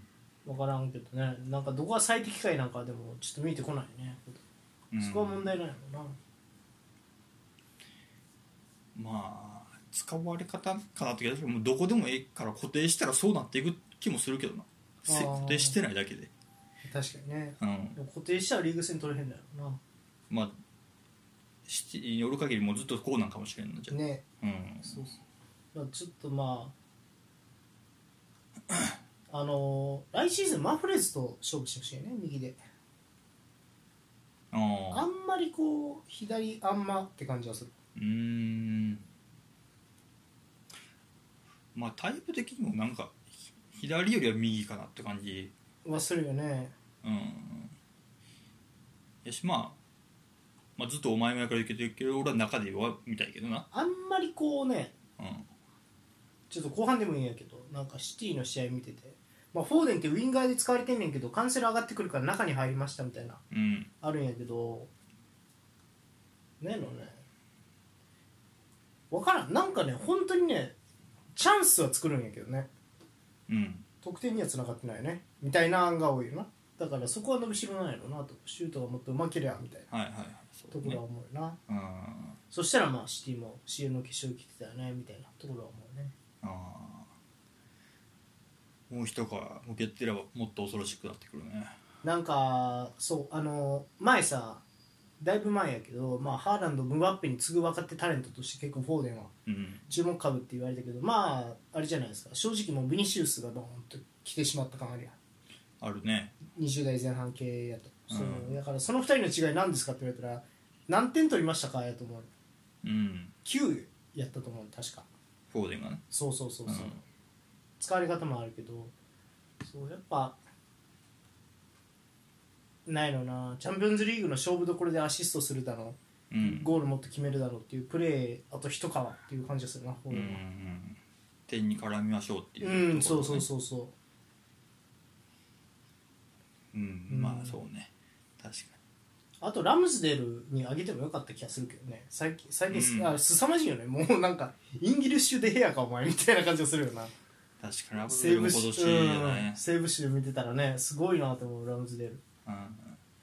S3: 分からんけどねなんかどこが最適解なんかでもちょっと見えてこないね
S2: うん
S3: そこは問題ないのな
S2: まあ使われ方かなって気がするもうどこでもええから固定したらそうなっていく気もするけどなせ
S3: あー
S2: 固定してないだけで、
S3: 確かにね
S2: うん、
S3: でも固定しちゃうリーグ戦取れへんだよ
S2: まあシティにおる限りもうずっとこうなんかもしれんのじゃ
S3: な
S2: あ、
S3: ね
S2: うん、
S3: そうそうまあちょっとまあ あのー来シーズンマフレーズと勝負してほしいよね右であ
S2: ああ
S3: んまりこう左あんまって感じはする
S2: うーんまあタイプ的にもなんかひ左よりは右かなって感じ
S3: はするよね
S2: うんやしまあまあ、ずっとお前前から言うけど言うけど俺は中で弱みたいけどな、
S3: あんまりこうね
S2: うん、
S3: ちょっと後半でもいいんやけどなんかシティの試合見てて、まあ、フォーデンってウィンガーで使われてんねんけどカンセル上がってくるから中に入りましたみたいな
S2: うん、
S3: あるんやけどねえのね分からんなんかね本当にねチャンスは作るんやけどね
S2: うん、
S3: 得点にはつながってないよねみたいな案が多いよなだからそこは伸びしろないのなとシュートがもっとうまけりゃみたいな
S2: はいはいはい
S3: ところは思うよな、
S2: うん
S3: そしたらまあシティも CL の決勝来てたよねみたいなところは思うね
S2: あーもう一皮向けてればもっと恐ろしくなってくるね
S3: なんかそうあの前さだいぶ前やけど、まあ、ハーランドムバッペに次ぐ若手タレントとして結構フォーデンは
S2: うん
S3: 注目株って言われたけどまああれじゃないですか正直もうビニシウスがドーンと来てしまった感あるやん
S2: あるね
S3: 20代前半系やと、そう
S2: うん
S3: だからその2人の違い何ですかって言われたら何点取りましたかやと思う
S2: うん
S3: 9やったと思う確か
S2: フォーデンがね
S3: そうそうそうそう、
S2: うん
S3: 使われ方もあるけどそうやっぱないのなチャンピオンズリーグの勝負どころでアシストするだろ
S2: う
S3: う、
S2: ん
S3: ゴールもっと決めるだろうっていうプレーあと一皮っていう感じがするな、フォ
S2: うん
S3: ー
S2: うん
S3: デ
S2: う
S3: ンは
S2: ん点に絡みましょうっていう、
S3: うん、そうそうそうそう
S2: ううんまあそうね確か
S3: あとラムズデルにあげてもよかった気がするけどね最近最近す、
S2: うん
S3: あ凄まじいよねもうなんかインギリッシュでヘアかお前みたいな感じがするよな
S2: に確かにラブゼ
S3: セー
S2: ルも
S3: ブ
S2: 今
S3: シ
S2: 年じゃない、
S3: うん、セーブシで見てたらねすごいなと思うラムズデル
S2: うん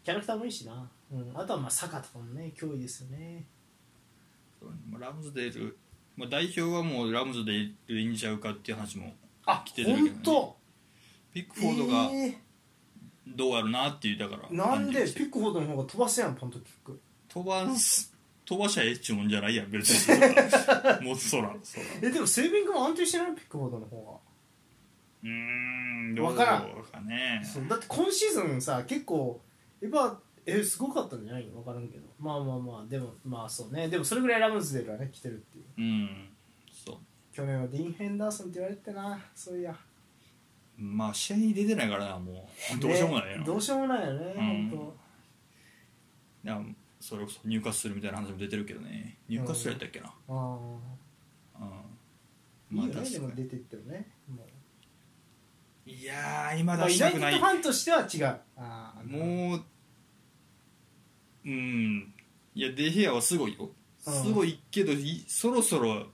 S3: キャラクターもいいしな、うん、あとはまあサカとかもね脅威ですよね
S2: そうねラムズデール、まあ、代表はもうラムズデールいいんちゃうかっていう話も
S3: あ
S2: 来てるけどね
S3: 本当
S2: ピックフォードが
S3: え
S2: どうやるなっていうだから
S3: ーなんで
S2: 判定して
S3: ピックフォードの方が飛ばせやんポントキック
S2: 飛ばす飛ばしゃええっちゅうもんじゃないやん別にそ らもうそらそら
S3: えでもセービングも安定してないピックフォードの方
S2: うーんどう
S3: わからん
S2: かね
S3: がそうだって今シーズンさ結構エヴァえすごかったんじゃないの分からんけどまあまあまあでもまあそうねでもそれぐらいラムズデルはね来てるっていう
S2: うんそう
S3: 去年はディーン・ヘンダーソンって言われてたなそういや
S2: まあ試合に出てないからなもうどうしようもないよ
S3: ね
S2: な、
S3: どうしようもないよね、
S2: うん
S3: 本
S2: いやそれこそ入荷するみたいな話も出てるけどね入荷するやったっけな、
S3: 当あ
S2: うん
S3: あ、
S2: まあ
S3: いいよね
S2: 確
S3: で
S2: か
S3: も出
S2: に
S3: てってもねもう
S2: いやー今
S3: まあ
S2: 出
S3: ユ
S2: した
S3: ナイテ
S2: く
S3: ッ
S2: な
S3: ド
S2: い
S3: ファンとしては違うああ
S2: もううんいやデヘアはすごいよ
S3: うん
S2: すごいけどいそろそろ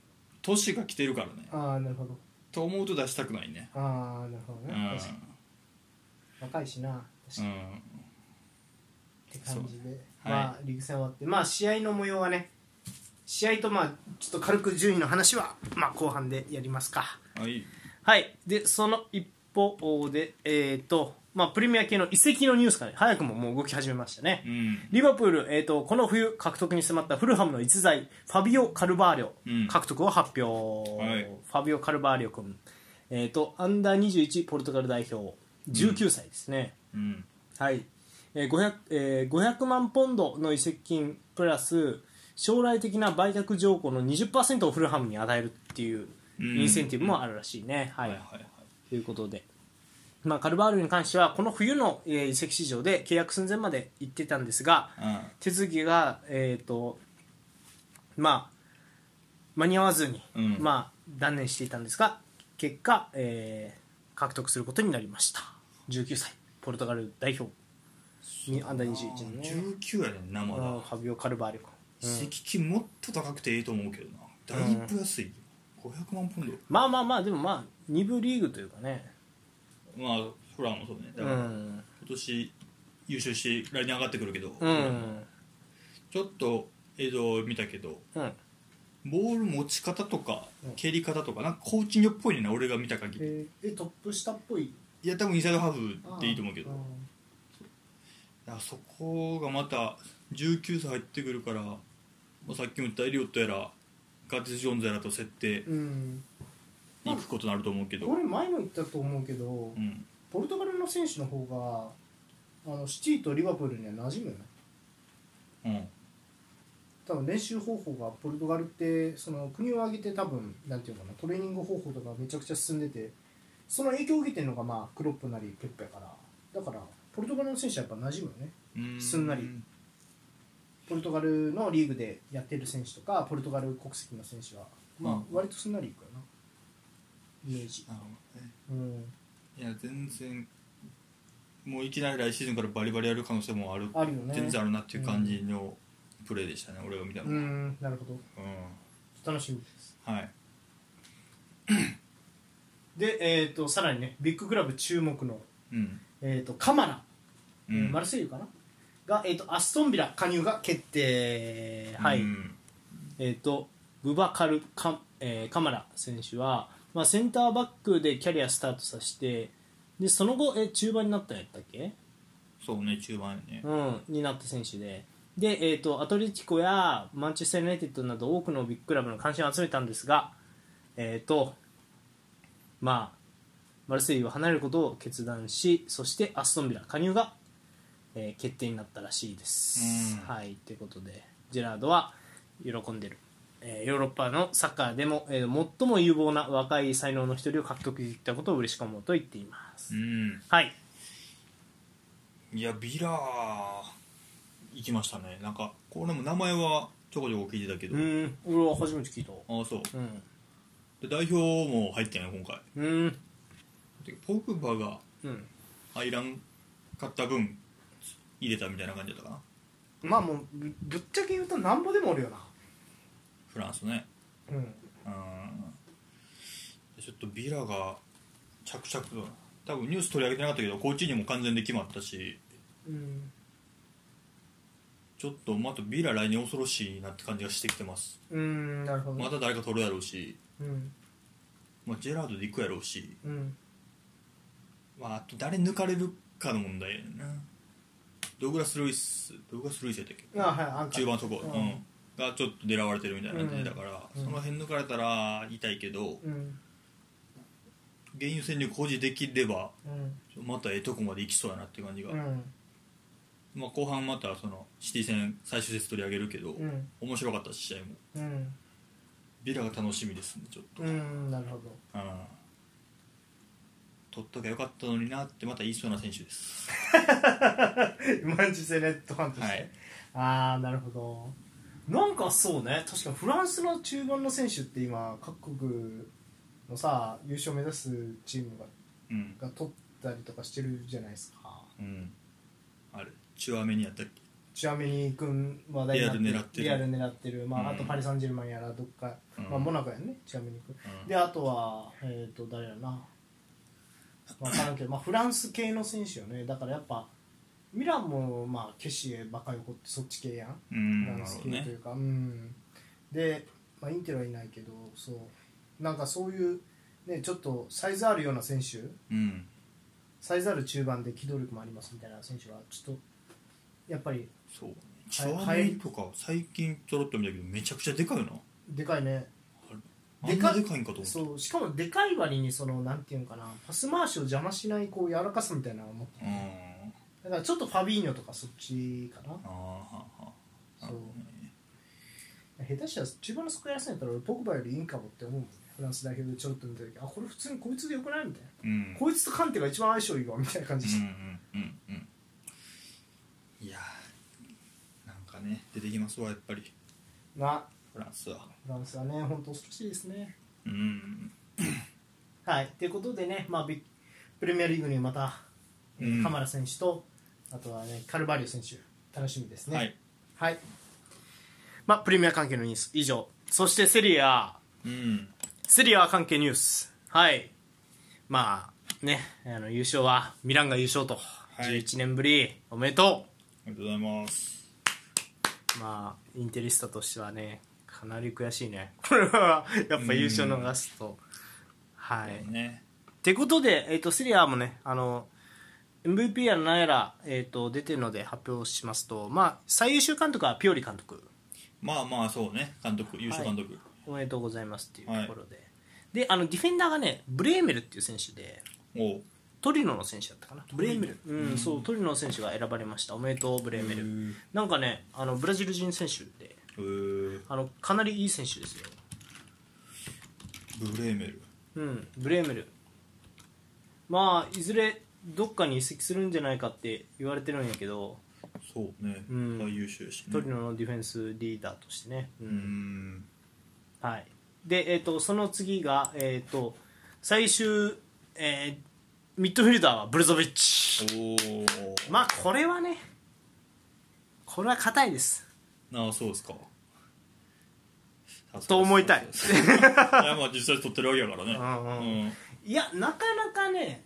S2: 年が来てるからね
S3: ああなるほど
S2: と思うと出したくないね
S3: ああなるほど
S2: う
S3: ね、
S2: ん
S3: 確かに若いしな確か
S2: う
S3: に、
S2: ん
S3: って感じで、
S2: そう
S3: まあリーグ戦終わってまあ試合の模様はね試合とまあちょっと軽く順位の話はまあ後半でやりますか
S2: はい
S1: はい。で、その一方で、えっ、と、まあ、プレミア系の移籍のニュースから、早くももう動き始めましたね。
S2: うん
S1: リバプール、えー、とこの冬獲得に迫ったフルハムの逸材ファビオ・カルバーリョ、
S2: うん
S1: 獲得を発表、
S2: はい
S1: ファビオ・カルバーリョ君、えー、とアンダー21ポルトガル代表19歳ですね、
S2: うん
S1: はいえー 500, えー500万ポンドの移籍金プラス将来的な売却条項の20%をフルハムに与えるっていう
S2: うん
S1: インセンティブもあるらしいね、
S2: は
S1: はい
S2: はい
S1: い、
S2: はい
S1: ということで、まあ、カルバーリョに関してはこの冬のえー移籍市場で契約寸前まで行ってたんですが、
S2: うん
S1: 手続きが、えーとまあ、間に合わずに、
S2: うん
S1: まあ、断念していたんですが結果、えー獲得することになりました19歳ポルトガル代表にアンダー21のね
S2: 19やねんなま
S1: あー
S2: だ
S1: ファビオ・カルバーリョ君
S2: 移籍金もっと高くていいと思うけどなだいぶ安いよ500万ポンド
S1: まあまあまあでもまあ2部リーグというかね
S2: まあフランもそうねだ
S1: う
S2: から今
S1: ん、
S2: 年優勝して来年上がってくるけど
S1: うん
S2: ちょっと映像を見たけど
S1: うん、
S2: ボール持ち方とか
S3: うん
S2: 蹴り方とかなんかコーチングっぽいねんな俺が見た限り
S3: えーえトップ下っぽい
S2: いや多分インサイドハーフでいいと思うけど
S3: あー
S2: だからそこがまた19歳入ってくるから、まあ、さっきも言ったエリオットやらガティス・ジョーンズやらと競って
S3: うん
S2: いくことになると思うけど、
S3: 俺前も言ったと思うけど、
S2: うん、
S3: ポルトガルの選手の方があのシティとリバプールには馴染むよね
S2: うん、
S3: 多分練習方法がポルトガルってその国を挙げて多分なんていうのかなトレーニング方法とかめちゃくちゃ進んでてその影響を受けてるのがまあクロップなりペッペやからだからポルトガルの選手はやっぱ馴染むよね
S2: うん
S3: すんなりポルトガルのリーグでやってる選手とかポルトガル国籍の選手はまあ
S2: うん
S3: 割とすんなりいくよなイメージ
S2: なるほどね
S3: うん
S2: いや全然もういきなり来シーズンからバリバリやる可能性もある
S3: あるよね
S2: 全然あるなっていう感じのプレーでしたね、俺が見たの
S3: う
S2: は、うん
S3: んなるほど楽しみです
S2: はい
S3: でえっ、とさらにねビッグクラブ注目の
S2: うん、
S3: えっ、とカマラ
S2: うん、
S3: マルセイユかなが、えー、とアストンビラ加入が決定、はい
S2: うん
S1: えー、とブバカルカ,、えーカマラ選手は、まあ、センターバックでキャリアスタートさせてでその後、えー中盤になったんやったっけ、
S2: そうね中盤やね
S1: うん、になった選手でで、えー、とアトレティコやマンチェスター・ユナイテッドなど多くのビッグクラブの関心を集めたんですが、えーとまあ、マルセイユを離れることを決断しそしてアストンビラ加入が、えー決定になったらしいです。
S2: うん
S1: はい、ということでジェラードは喜んでる、えーヨーロッパのサッカーでも、えー最も有望な若い才能の一人を獲得できたことを嬉しく思うと言っています。
S2: うん
S1: はい、
S2: いやビラー行きましたねなんかこれも名前はちょこちょこ聞いてたけど、
S1: うん俺は初めて聞いた
S2: ああそう
S1: うん
S2: で代表も入ってない今回
S1: うん
S2: でポグバが
S1: うん
S2: 入らんかった分入れたみたいな感じだったかな
S3: まあもうぶぶっちゃけ言うとなんぼでもおるよな
S2: フランスね
S3: うん
S2: うんでちょっとビラが着々と多分ニュース取り上げてなかったけどコーチにも完全で決まったし
S3: うん
S2: ちょっとまたビラ来年恐ろしいなって感じがしてきてます
S3: うんなるほど、
S2: また誰か取るやろうし、
S3: うん
S2: まあ、ジェラードで行くやろうし、
S3: うん
S2: まあ、あと誰抜かれるかの問題やねんなドウグラス・ルイスドウグラス・ルイスやったっけ
S3: あはいアンカー
S2: 中盤のとこ、
S3: うん
S2: うんがちょっと狙われてるみたいな感じで
S3: うん
S2: だから、
S3: うん
S2: その辺抜かれたら痛いけど
S3: うん
S2: 原油戦略保持できれば
S3: うん
S2: またええとこまで行きそうやなって感じが、
S3: うん
S2: まあ、後半またそのシティ戦最終節取り上げるけど、
S3: うん
S2: 面白かったし試合も
S3: うん
S2: ビラが楽しみですねちょっと、
S3: うんなるほど
S2: うん取っときゃよかったのになってまた言いそうな選手 です
S3: マジでネットファンとして、
S2: はい
S3: ああなるほどなんかそうね確かフランスの中盤の選手って今各国のさ優勝目指すチームが
S2: うん、
S3: が取ったりとかしてるじゃないですか
S2: うん、あれチュアメニやったっけ
S3: チュアメニ君話題になって
S2: リアル狙ってる
S3: リアル狙ってる、まあ
S2: うん
S3: あとパリ・サンジェルマンやらどっか、
S2: うん
S3: まあ、モナコやねチュアメニ君、
S2: うん
S3: であとはえっ、と誰やろな分からんけど、まあ、フランス系の選手よねだからやっぱミランもまあケシエバカヨコってそっち系やん
S2: うん
S3: フラ
S2: な
S3: ン
S2: る
S3: ス
S2: ほど
S3: 系とい
S2: ね
S3: うか、うんで、まあ、インテルはいないけどそうなんかそういう、ね、ちょっとサイズあるような選手
S2: うん
S3: サイズある中盤で機動力もありますみたいな選手はちょっとやっぱり
S2: そうチュアメニとか最近ちょろっと見たけどめちゃくちゃでかいな
S3: でかいね
S2: あんなでかいんかと思った
S3: そうしかもでかい割にそのなんていうのかなパス回しを邪魔しないこう柔らかさみたいなのを持っ
S2: う
S3: て
S2: んあ
S3: だからちょっとファビーニョとかそっちかな
S2: あはあはあな
S3: そ
S2: る
S3: う
S2: ほどね
S3: 下手したら中盤のスクエア戦やったら俺ポグバよりいいんかもって思うもんねフランス代表でちょろっと見た時あこれ普通にこいつでよくないみたいな
S2: うん
S3: こいつとカンテが一番相性いいわみたいな感じし
S2: う
S3: た、
S2: んうんうんうんいやーなんかね出てきますわやっぱり
S3: な
S2: フランスは
S3: フランスはね本当恐ろしいですね
S2: うん
S3: はいということでね、まあ、ビプレミアリーグにまた、えー
S2: うん
S3: 鎌田選手とあとはねカルバリオ選手楽しみですね
S2: はい、
S3: はいまあ、プレミア関係のニュース以上そしてセリア
S2: うん
S1: セリア関係ニュースはいまあねあの優勝はミランが優勝と、
S2: い
S1: 11年ぶりおめでと
S2: ありがとうございます
S1: うまあインテリスタとしてはねかなり悔しいねこれはやっぱ優勝逃すとはい、
S2: ね
S1: ってことで、えー、とセリアもねあの MVP やら何やら、えー、と出てるので発表しますと、まあ、最優秀監督はピオリ監督
S2: まあまあそうね監督優勝監督、
S1: おめでとうございますっていうところで、であのディフェンダーがねブレーメルっていう選手で
S2: おう
S1: トリノの選手だったかなブレーメル、うん
S2: うん
S1: そうトリノの選手が選ばれましたおめでとうブレーメ
S2: う
S1: ル
S2: ー
S1: なんかねあのブラジル人選手で
S2: えー
S1: あのかなりいい選手ですよ、
S2: ブレーメル
S1: うん、ブレーメルまあいずれどっかに移籍するんじゃないかって言われてるんやけど
S2: そうね、
S1: うん
S2: 最優秀やし、ね、
S1: トリノのディフェンスリーダーとしてね、
S2: うーん
S1: はい、で、えー、とその次が、えー、と最終、えーミッドフィルダーはブルゾビッチ
S2: おお
S1: まあこれはねこれは硬いです
S2: ああそうですか
S1: と思いたい
S2: そうそうそうそういやまあ実際取ってるわけやから
S1: うんう
S2: ねうん
S1: いやなかなかね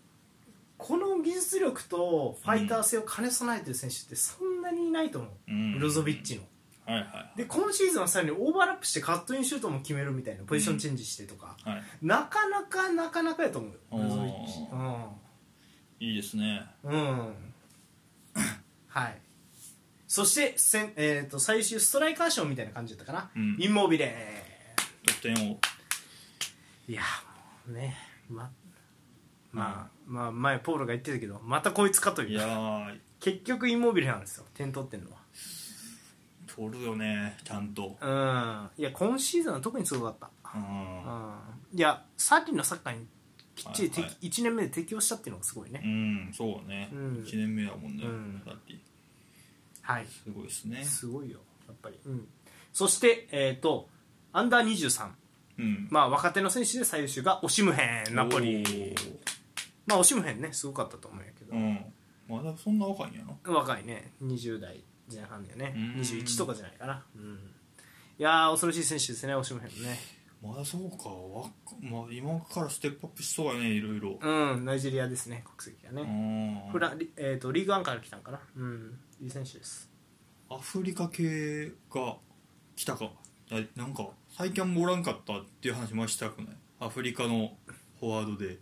S1: この技術力とファイター性を兼ね備えてる選手ってそんなにいないと思う、
S2: うん
S1: ブルゾビッチの
S2: はいはい
S1: で今シーズンはさらにオーバーラップしてカットインシュートも決めるみたいなポジションチェンジしてとか、
S2: はい
S1: なかなかなかなかやと思うよブルゾビッチ
S2: お
S1: うん
S2: いいですね
S1: うん はいそしてせん、えー、と最終ストライカー賞みたいな感じだったかな、
S2: うん
S1: インモビレ
S2: 得点を
S1: いやもうねままあ、まあ前ポールが言ってたけどまたこいつかと
S2: い
S1: い
S2: や
S1: う
S2: ー
S1: 結局インモビレなんですよ点取ってんの
S2: 取るよねちゃんと
S1: はうんいや今シーズンは特にすごかった
S2: うん
S1: うんいやサーティンのサッカーにきっちり、
S2: はいはい
S1: 1年目で適応したっていうのがすごいね、
S2: うんそうね
S1: うん
S2: 1年目やもんね
S1: うん
S2: だって
S1: はい
S2: すごいですね
S1: すごいよやっぱり、うん、そしてえっ、とアンダー23
S2: ううん
S1: まあ、若手の選手で最優秀がオシムヘンナポリまあオシムヘンねすごかったと思うんやけど
S2: う、んまだそんな若いんやな
S1: 若いね20代前半だよね
S2: うん
S1: 21とかじゃないかな、うん、いやー恐ろしい選手ですねオシムヘンね
S2: まだそうかわっまあ、今からステップアップしそうやねいろいろ
S1: うんナイジェリアですね国籍が
S2: う
S1: ね、
S2: ん
S1: フラリえー、とリーグワンから来たんかなうんいい選手です
S2: アフリカ系が来たかだなんか最近もおらんかったっていう話もしたくないアフリカのフォワードで、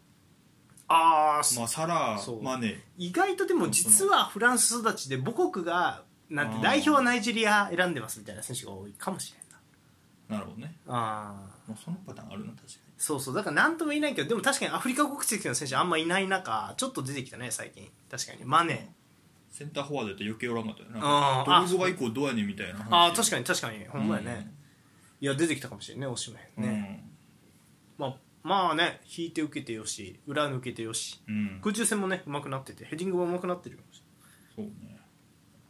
S1: ああ、
S2: まあ、サラ
S1: そう
S2: ーマネ
S1: 意外とでも実はフランス育ちで母国がなん
S2: あ
S1: て
S2: ー
S1: 代表はナイジェリア選んでますみたいな選手が多いかもしれんない
S2: なるほどね、
S1: ああ
S2: まあ、そのパターンあるな確か
S1: そうそうだから何とも言えないけどでも確かにアフリカ国籍の選手あんまいない中ちょっと出てきたね最近確かにマ
S2: に、
S1: ネ
S2: センターフォワードやって余計おらんかったよなん
S1: あ
S2: か
S1: ー
S2: ドルゴバ以降どうやねんみたいな
S1: ーああ確
S2: か
S1: かに確かにほんまやね、、いや出てきたかもしれんねおしめ
S2: うん
S1: ね、まあまあね引いて受けてよし裏抜けてよし
S2: うん、うん
S1: 空中戦もねうまくなっててヘディングもうまくなってるかもしれない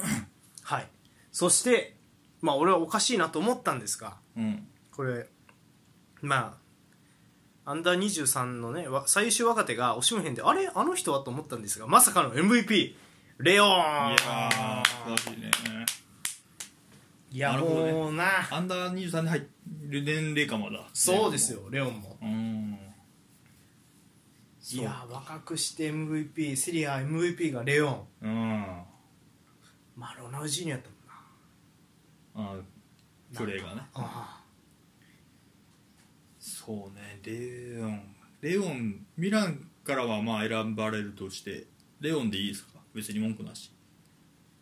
S2: そうね
S1: はいそしてまあ俺はおかしいなと思ったんですが
S2: うん
S1: これまあアンダー23のねわ最終若手が惜しむへんであれあの人はと思ったんですがまさかの MVP レオンい
S2: いやー素晴らしいね
S1: いや
S2: なるほどね
S1: もうな
S2: アンダー23に入る年齢かまだ
S1: そうですよレオンも
S2: うん
S1: いや若くして MVP セリア MVP がレオン
S2: うん
S1: まあロナウジーニョやったもんな
S2: あプレーがね
S1: あ
S2: そうねレオンレオンミランからはまあ選ばれるとしてレオンでいいですか別に文句なし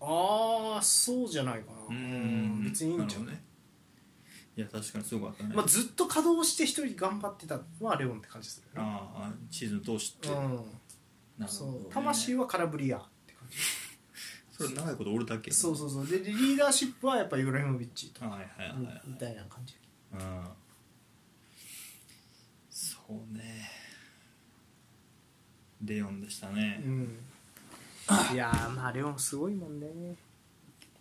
S1: あそうじゃないかな別にいいんじゃ
S2: なるほどねいや確かにすごかったね、
S1: まあ、ずっと稼働して一人頑張ってたのはレオンって感じするよね
S2: ああシーズン通して、
S1: うん
S2: なるほどね
S1: そう魂は空振りやって感じ
S2: それ長いことおるだけ
S1: そうそうそうでリーダーシップはやっぱイブラヒモビッチと
S2: はいはいはいはい、
S1: みたいな感じ
S2: うんそうねレオンでしたね
S1: うんいやーまあレオンすごいもんね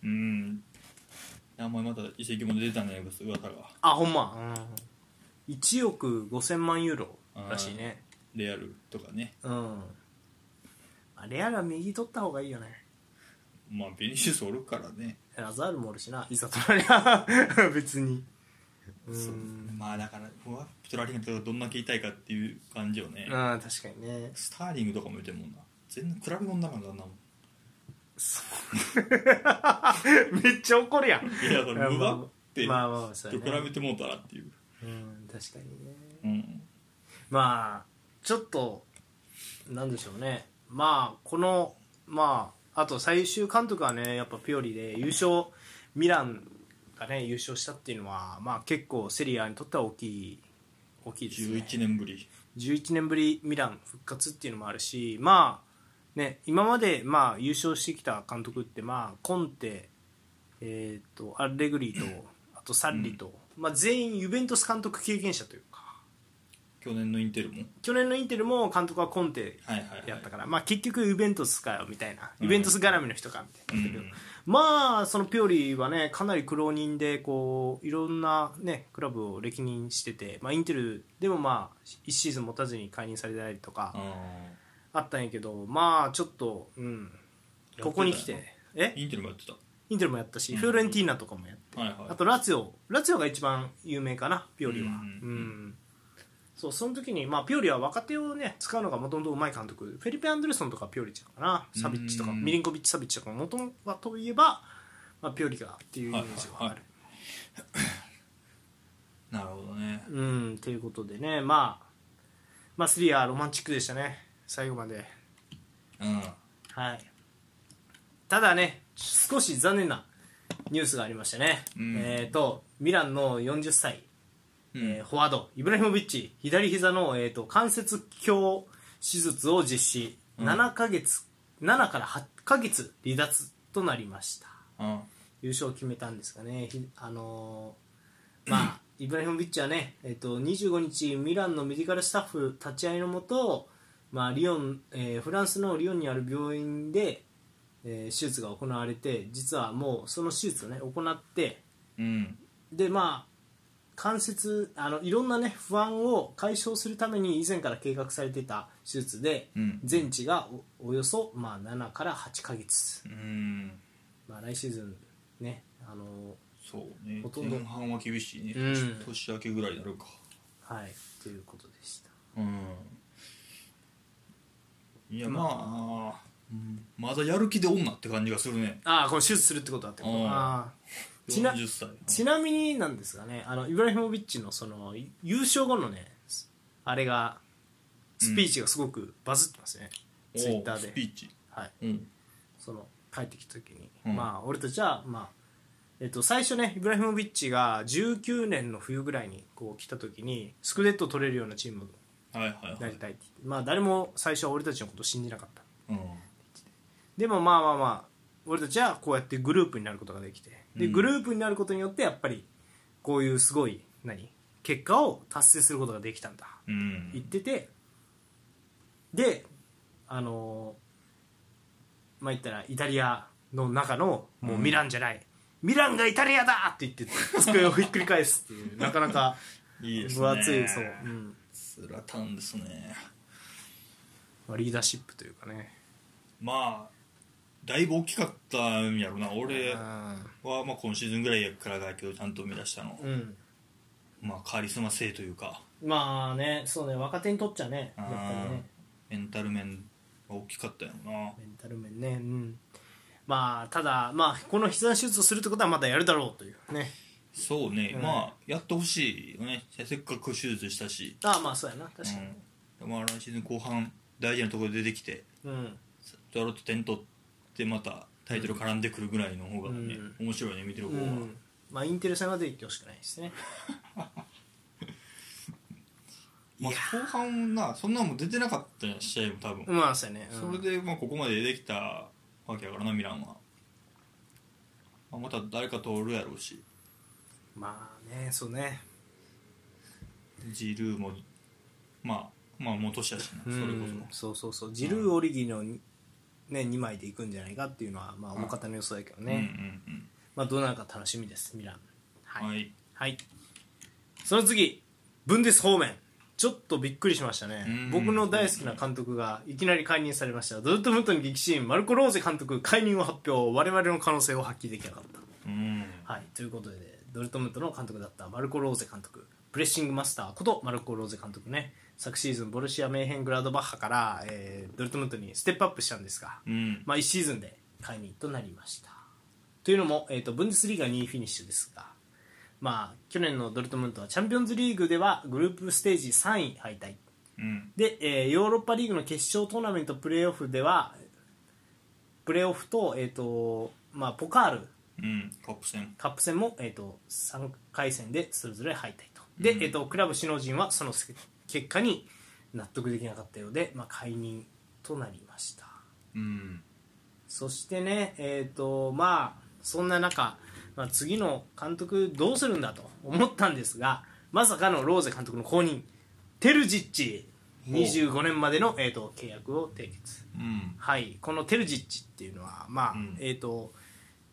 S2: うんあんまりまた移籍も出たね姿が
S1: あほんま、うん、1億5000万ユーロらしいね
S2: レアルとかね
S1: うん、まあ、レアルは右取った方がいいよね
S2: まあベニシウスおるからね、
S1: ラザールもおるしないざ取られゃ別にうん
S2: まあだからうわトラリングとどんだけ痛いかっていう感じよね、
S1: うん確かにね
S2: スターリングとかも言ってるもんな全然比べ物にならんからなもん
S1: そう めっちゃ怒るやん
S2: いやだからム
S1: まあ
S2: バッペ
S1: まあまあまあそう
S2: と
S1: や
S2: 比べてもうたらっていう、
S1: うん確かにね
S2: うん、
S1: まあちょっとなんでしょうねまあこのまああと最終監督はねやっぱピオリで優勝ミランがね優勝したっていうのはまあ結構セリアにとっては大きい大きいですね
S2: 11年ぶり
S1: 11年ぶりミラン復活っていうのもあるしまあね今までまあ優勝してきた監督ってまあコンテえっ、とアレグリーとあとサッリと、まあ全員ユベントス監督経験者というか
S2: 去年のインテルも
S1: 去年のインテルも監督はコンテ
S2: はいはいはい
S1: やったから、まあ結局ユベントスかよみたいなユベントス絡みの人かみたいな、
S2: うん
S1: まあそのピオリはねかなり苦労人でこういろんなねクラブを歴任してて、まあ、インテルでもまあ1シーズン持たずに解任されたりとか
S2: あ
S1: あったんやけどまあちょっとうん
S2: ー
S1: ここに来
S2: やって
S1: え
S2: たよインテルもやってた
S1: インテルもやったし、
S2: うん
S1: フィオレンティーナとかもやって
S2: はいはい
S1: あとラツィオラツィオが一番有名かなピオリは
S2: う
S1: うんん、
S2: うんうん
S1: そうその時に、まあ、ピオリは若手をね使うのがもともとうまい監督フェリペ・アンドレソンとかピオリちゃんかなサビッチとか、
S2: うん
S1: ミリンコビッチ・サビッチとかもともといえば、まあ、ピオリがっていうイメージがある、
S2: はいはいはい なるほどね
S1: うんということでねまあまあスリアロマンチックでしたね最後まで
S2: うん
S1: はいただね少し残念なニュースがありましたね、
S2: うん
S1: えっ、とミランの40歳
S2: うん
S1: えーフォワードイブラヒモビッチ左膝の、えー、と関節鏡手術を実施、
S2: ん
S1: 7ヶ月7から8ヶ月離脱となりました
S2: あ
S1: 優勝を決めたんですかねひあのーまあイブラヒモビッチはね、えー、と25日ミランのメディカルスタッフ立ち会いのもと、まあリオンえーフランスのリオンにある病院で、えー手術が行われて実はもうその手術をね行って
S2: うん
S1: でまあ関節あのいろんなね不安を解消するために以前から計画されてた手術で、
S2: うん
S1: 全治がおおよそ、まあ、7から8ヶ月、
S2: うん
S1: まあ、来シーズンねあの
S2: そうね
S1: ほとんど
S2: 前半は厳しいね、
S1: うん
S2: 年明けぐらいになるか
S1: はいということでした
S2: うんいやまあ、うんまだやる気で女って感じがするね
S1: ああこれ手術するってことだってこと
S2: うん
S1: ああちな
S2: 40歳
S1: ちなみになんですがねあのイブラヒモビッチのそのい優勝後のねあれがスピーチがすごくバズってますね、
S2: おう
S1: ツイッターで
S2: スピーチ
S1: はい、
S2: うん
S1: その帰ってきた時に、
S2: うん
S1: まあ俺たちは、まあえっと、最初ねイブラヒモビッチが19年の冬ぐらいにこう来た時にスクデットを取れるようなチームに
S2: はいはいは
S1: ないりたいって言って、まあ誰も最初は俺たちのことを信じなかった
S2: うん
S1: でもまあまあまあ俺たちはこうやってグループになることができてで
S2: うん
S1: グループになることによってやっぱりこういうすごい何結果を達成することができたんだ
S2: う
S1: 言っ
S2: ん
S1: ててであのーまあ言ったらイタリアの中のもうミランじゃない、ミランがイタリアだって言って机をひっくり返すって いうなかなか
S2: いいですね
S1: 分厚いそう、うん
S2: スラタンですね
S1: まあ、リーダーシップというかね
S2: まあだいぶ大きかったんやろな俺は
S1: う
S2: まあ今シーズンぐらいやからだけどちゃんと生み出したの、
S1: ん、うん、
S2: まあカリスマ性というか
S1: まあねそうね若手にとっちゃねやっぱり
S2: あ
S1: ね
S2: ーメンタル面が大きかったよな
S1: メンタル面ねうんまあただまあこの膝の手術をするってことはまだやるだろうというね
S2: そうね、
S1: うん
S2: まあやってほしいよねせっかく手術したし、
S1: ああまあそうやな確か
S2: うん、まあ来シーズン後半大事なところで出てきて
S1: にうん
S2: ドロッと点取ってまたタイトル絡んでくるぐらいの方がね、
S1: う
S2: 面白いね見てる
S1: う
S2: 方
S1: ん、
S2: は、
S1: まあインテル戦まで行ってほしくないですね
S2: まあ、後半なそんなもん出てなかったやん試合も多分、
S1: まあそうやね、うん
S2: それでまあここまでできたわけやからなミランは、まあ、また誰か通るやろうし
S1: まあねそうね
S2: ジルーもまあまあもう年やしな、
S1: う
S2: それこ
S1: んそうそうそうジルー・オリギのにね2枚でいくんじゃないかっていうのはまあ大方の予想だけど
S2: そ、うんうん
S1: ね、
S2: うん
S1: まあどうなるか楽しみですミランはい、
S2: はい
S1: はい、その次ブンデス方面ちょっとびっくりしましたね
S2: うん
S1: 僕の大好きな監督がいきなり解任されましたドルトムントに激震マルコ・ローゼ監督解任を発表我々の可能性を発揮できなかった
S2: うん
S1: はい、ということでドルトムントの監督だったマルコ・ローゼ監督プレッシングマスターことマルコ・ローゼ監督ね昨シーズンボルシア・メーヘングラードバッハから、えードルトムントにステップアップしたんですが、
S2: うん
S1: まあ、1シーズンで解任となりましたというのも、えー、とブンデスリーガ2位フィニッシュですが、まあ、去年のドルトムントはチャンピオンズリーグではグループステージ3位敗退
S2: うん
S1: で、えーヨーロッパリーグの決勝トーナメントプレーオフではプレーオフと,、えーとまあ、ポカール
S2: うんカップ戦
S1: カップ戦も、えー、と3回戦でそれぞれ敗退とで、えー、とクラブ首脳陣はそのせ結果に納得できなかったようで、まあ、解任となりました
S2: うん
S1: そしてねえっ、とまあそんな中、まあ、次の監督どうするんだと思ったんですがまさかのローゼ監督の後任テルジッチ25年までの、えー、と契約を締結
S2: うん
S1: はい、このテルジッチっていうのは、まあ
S2: うん
S1: えー、と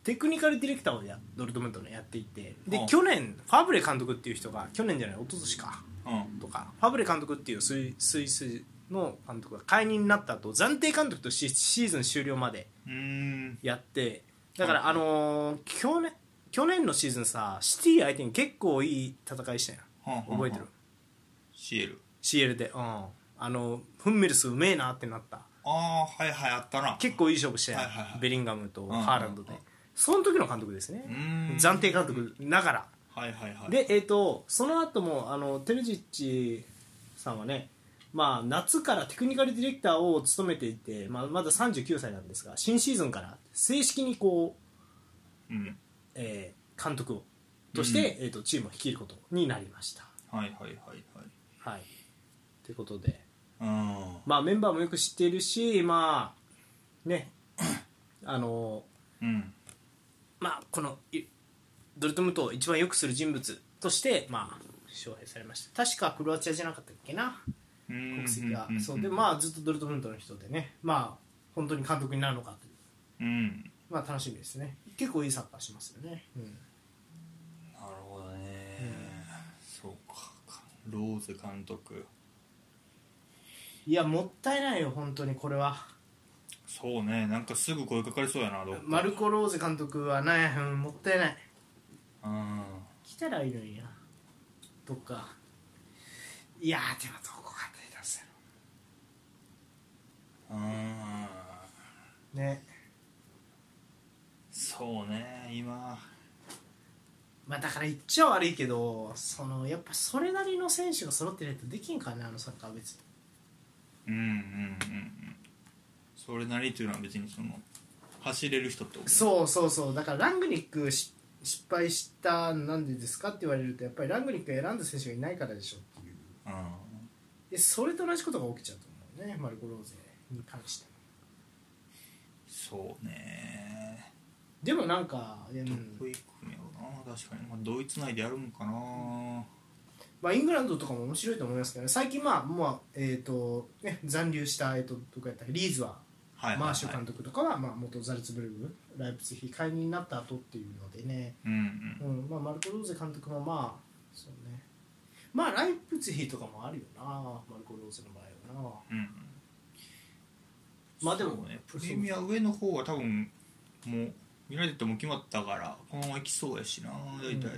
S1: テクニカルディレクターをやドルトムントのやっていてで
S2: ああ
S1: 去年ファブレ監督っていう人が去年じゃない一昨年か
S2: うん
S1: とかファブレ監督っていうスイスイスの監督が解任になった後暫定監督としてシーズン終了まで
S2: うん
S1: やってだから、あのー去年去年のシーズンさシティ相手に結構いい戦いしたやん
S2: はんはんはん
S1: 覚えてる
S2: シエル
S1: CL で、うん、あのフンメルスうめえなってなった
S2: ああはいはいあったな
S1: 結構いい勝負して、
S2: はいはいはい
S1: ベリンガムとハーランドで、
S2: うんうんうん
S1: その時の監督ですね
S2: う、ん
S1: 暫定監督ながら、
S2: はいはいはい
S1: で、えー、とその後もあのテルジッチさんはね、まあ、夏からテクニカルディレクターを務めていて、まあ、まだ39歳なんですが新シーズンから正式にこう、
S2: うん
S1: えー監督をとして、えー、とチームを率いることになりました。
S2: はいはいはいはい
S1: はい、ということで。
S2: うん
S1: まあ、メンバーもよく知っているし、まあねあの
S2: うん
S1: まあ、このいドルトムントを一番よくする人物として、まあ、招聘されました確かクロアチアじゃなかったっけな
S2: 国
S1: 国籍がそうで、
S2: あ
S1: まあ、ずっとドルトムントの人でね、まあ、本当に監督になるのかという、
S2: うん
S1: まあ、楽しみですね結構いいサッカーしますよね、うん
S2: なるほどねローズ監督
S3: いやもったいないよ本当にこれは
S2: そうねなんかすぐ声かかりそうやなどっか
S3: マルコ・ローゼ監督はね、うん、もったいない
S2: うん
S3: 来たらいいのになどっかいやーでもどこが手出せる
S2: うん
S3: ね
S2: そうね今
S3: まあだから言っちゃ悪いけどそのやっぱそれなりの選手が揃ってないとできんからねあのサッカーは別に
S2: うんうんうんうんそれなりというのは別にその走れる人ってこと
S3: そうそうそうだからラングニックし失敗したなんでですかって言われるとやっぱりラングニック選んだ選手がいないからでしょっていう
S2: うん
S3: でそれと同じことが起きちゃうと思うねマルコ・ローゼに関しては
S2: そうね
S3: でもなんか、うん
S2: どこ行くんやろな確かに、まあ、ドイツ内でやるんかな
S3: まあ、イングランドとかも面白いと思いますけどね最近まあ、まあえーとね、残留した、えー、とどこやったっけリーズは
S2: はいはい、はい、
S3: マーシュ監督とかは、まあ、元ザルツブルグライプツィヒ解任になった後っていうのでね、
S2: うんうん
S3: うんまあ、マルコ・ローゼ監督もまあそうねまあライプツィヒとかもあるよなマルコ・ローゼの場合はな
S2: うんうん
S3: まあでも
S2: そうねプレミア上の方は多分もうユナイテッドも決まったからこのまま行きそうやしな大体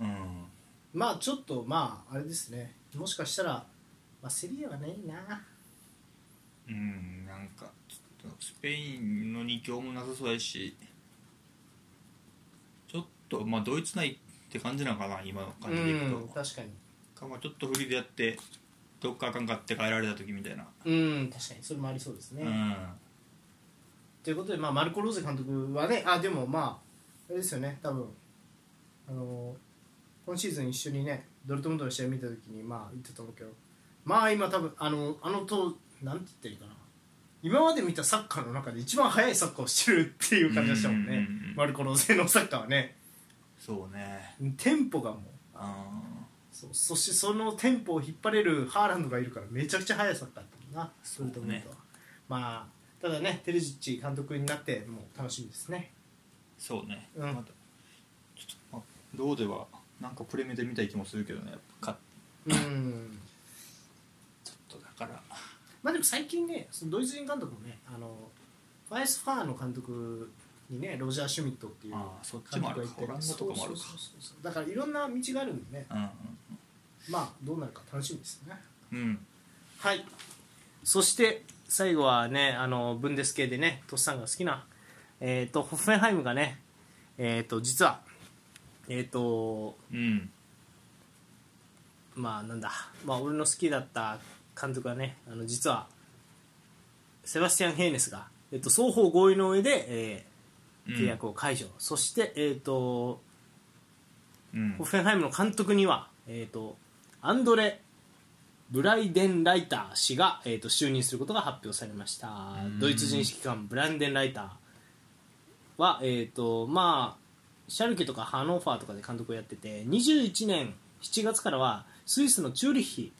S2: うん、
S3: まあちょっとまああれですねもしかしたら、まあ、セリアはないな
S2: うんなんかちょっとスペインの2強もなさそうやしちょっとまあドイツ内って感じなのかな今の感じでいくと、
S3: うん確かに
S2: かまあちょっとフリーでやってどっかあかんかって帰られた時みたいな、
S3: うん確かにそれもありそうですね、
S2: うん
S3: ということで、まあ、マルコ・ローゼ監督はね、あでもまあ、あれですよね、多分あの今シーズン一緒にね、ドルトムントの試合見たときに、まあ、言ってたと思うけど、まあ今、多分あのあのと、なんて言っていいかな、今まで見たサッカーの中で一番速いサッカーをしてるっていう感じがしたもん
S2: うん
S3: ね
S2: うんうん、
S3: マルコ・ローゼのサッカーはね、
S2: そうね
S3: テンポがもう
S2: あ
S3: そう、そしてそのテンポを引っ張れるハーランドがいるから、めちゃくちゃ速いサッカーだったもんな、
S2: そうね
S3: ドルトムントは。まあ、ただね、テルジッチ監督になって、もう楽しみですね。
S2: そうね、
S3: うん
S2: またちょっと、まあ、ローではなんかプレミアで見たい気もするけどねやっぱか
S3: うん
S2: ちょっとだから
S3: まあでも最近ね、そのドイツ人監督もね、あのファイスファーの監督にね、ロジャー・シュミットっていう
S2: ああそっち
S3: 監
S2: もあ
S3: 督
S2: る
S3: がい
S2: か
S3: て、
S2: オランダとかもあるか
S3: そうそうそうそうだからいろんな道があるんでね、
S2: うん
S3: まあどうなるか楽しみですね。
S2: うんうん
S1: はいそして最後はねあのブンデス系でねトスさんが好きな、えー、とホッフェンハイムがね、えー、と実はえっ、と
S2: うん
S1: まあなんだ、まあ、俺の好きだった監督はねあの実はセバスティアン・ヘイネスが、えっと双方合意の上で、え
S2: うん
S1: ー契約を解除、そして、えっと
S2: うん
S1: ホッフェンハイムの監督には、えー、とアンドレ・ブライデンライター氏が、えー、と就任することが発表されました
S2: うん
S1: ドイツ人指揮官ブライデンライターは、えーとまあ、シャルケとかハノーファーとかで監督をやってて21年7月からはスイスのチューリッヒ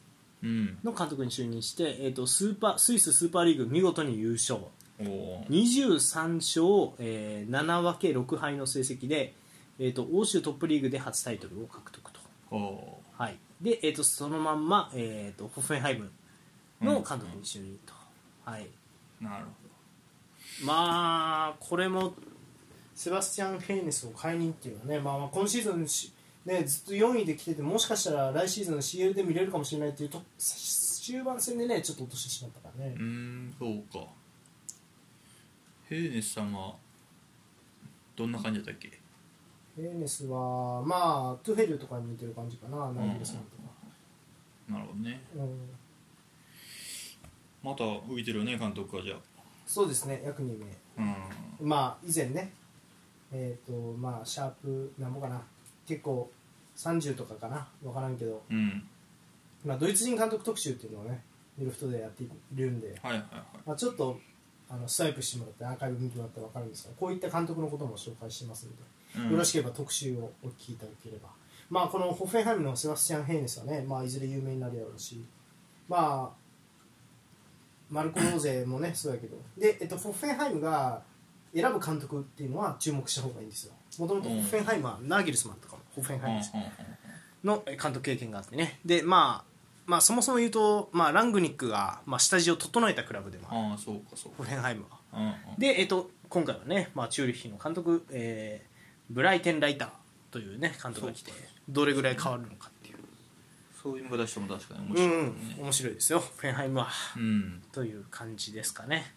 S2: うん
S1: の監督に就任して、えー、とスーパースイススーパーリーグ見事に優勝
S2: おおー
S1: 23勝、えー7分け6敗の成績で、えー、と欧州トップリーグで初タイトルを獲得と、
S2: おお
S1: はいでえー、とそのまんま、えー、とホッフェンハイムの監督に就任と、はい、
S2: ーなるほ
S1: まあ
S3: これもセバスティアン・ヘイネスを解任っていうのはね、まあ、まあ今シーズンし、ね、ずっと4位で来てて、もしかしたら来シーズンの CL で見れるかもしれないっていうと、終盤戦でね、ちょっと落としてしまったからね。
S2: どうーんそうかヘーネスさんはどんな感じだったっけ
S3: ヘイネスは、まあ、トゥヘルとかに似てる感じかな、ナイルさんとか。
S2: なるほどね
S3: うん
S2: また浮いてるよね監督はじゃあ
S3: そうですね、約2名。
S2: うん
S3: まあ、以前ね、えっ、と、まあ、シャープ、なんぼかな、結構、30とかかな、わからんけど、
S2: うん
S3: まあ、ドイツ人監督特集っていうのをね、ミルフトでやっているんで、
S2: はいはいはい
S3: まあ、ちょっとあのスワイプしてもらってアーカイブ見てもらったら分かるんですがこういった監督のことも紹介してますので、
S2: うん
S3: よろしければ特集をお聞きいただければ、まあ、このホッフェンハイムのセバスチャン・ヘイネスはね、まあ、いずれ有名になるやろうし、まあ、マルコ・ローゼもねそうだけどで、えっと、ホッフェンハイムが選ぶ監督っていうのは注目した方がいいんですよもともとホッフェンハイムはナーギルスマンとかもホッフェンハイムです、
S2: う
S1: のえー監督経験があってねで、まあ、まあそもそも言うと、まあ、ラングニックが、まあ、下地を整えたクラブでもある
S2: ああそうかそう
S1: ホ
S2: か
S1: フェンハイムは
S2: うんうん
S1: で、えっと、今回はね、まあ、チューリッヒの監督、えーブライテン・ライターというね監督が来てどれぐらい変わるのかっていう
S2: そういう出しても確かに
S1: う
S2: 面白い
S1: ん、
S2: ね
S1: うん、面白いですよフェンハイムは
S2: うん
S1: という感じですかね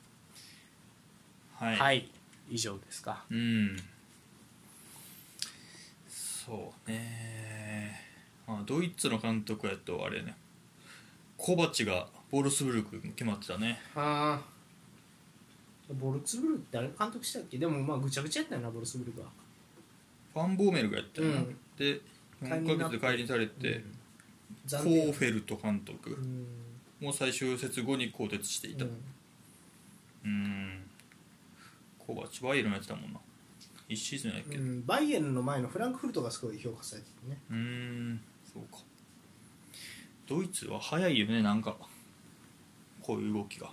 S2: はい、
S1: はい、以上ですか
S2: うんそうねあドイツの監督やとあれねコバチがボルスブルク決まってたね
S3: あーボルツブルクってあれ監督したっけでもまあぐちゃぐちゃやったよなボルツブルクは
S2: ファンボーメルがやったよな、
S3: うん
S2: で4ヶ月で解任されて、
S3: 残
S2: コ
S3: 念
S2: ーフェルト監督、
S3: うん
S2: もう最終節後に更迭していた
S3: う
S2: うんーんコバチバイエルンやってたもんな1シーズンやっけ
S3: う
S2: うーん
S3: んバイエルンの前のフランクフルトがすごい評価されててね
S2: そうかドイツは早いよねなんかこういう動きが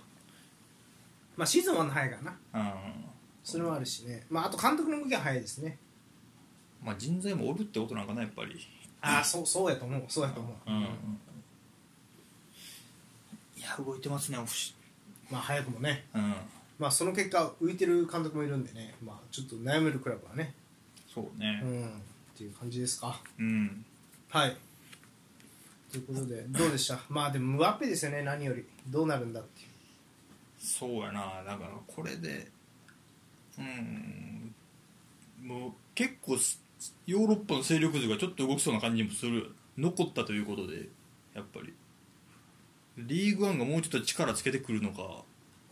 S3: まあシーズン1の早いからな
S2: うん
S3: それもあるしねまああと監督の動きは早いですね
S2: まあ人材もおるってことなんかなやっぱり
S3: ああそうそうやと思うそうやと思う、
S2: うん、いや動いてますねオフシ
S3: まあ早くもね
S2: うん
S3: まあその結果浮いてる監督もいるんでねまあちょっと悩めるクラブはね
S2: そう
S3: う
S2: ね
S3: んっていう感じですか
S2: うん、
S3: はいということでどうでした まあでもムアッペですよね何よりどうなるんだっていう
S2: そうやなだからこれでうんもう結構すヨーロッパの勢力図がちょっと動きそうな感じもする残ったということでやっぱりリーグワンがもうちょっと力つけてくるのか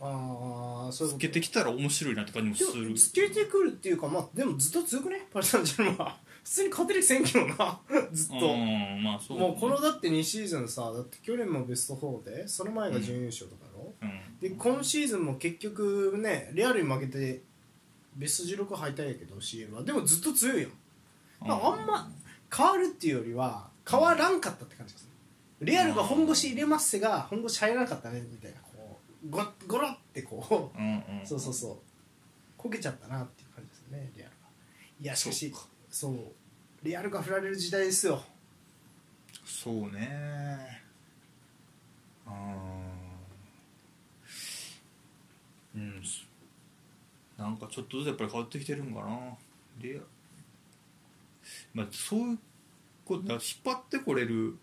S3: ああそうい
S2: つ
S3: うこ
S2: け
S3: と
S2: てきたら面白いなって感じもす
S3: で
S2: る
S3: もつけてくるっていうかまあでもずっと強くねパリ・サンジェルマンは普通に勝てるせんけどな ずっと、
S2: うんまあそうね
S3: もうこのだって2シーズンさだって去年もベスト4でその前が準優勝とかの、
S2: うん
S3: で今シーズンも結局ねレアルに負けてベスト16敗退やけど CL はでもずっと強いやん、まあ、あんま変わるっていうよりは変わらんかったって感じですねレアルが本腰入れますが本腰入らなかったねみたいなこうゴゴロってこ
S2: うんうん
S3: うそうそうそうこけちゃったなっていう感じですねレアルがいやしかし
S2: そうか
S3: そうレアルが振られる時代ですよ
S2: そうねうーんうんすなんかちょっとずつやっぱり変わってきてるんかなレアまあそういうことだから引っ張ってこれる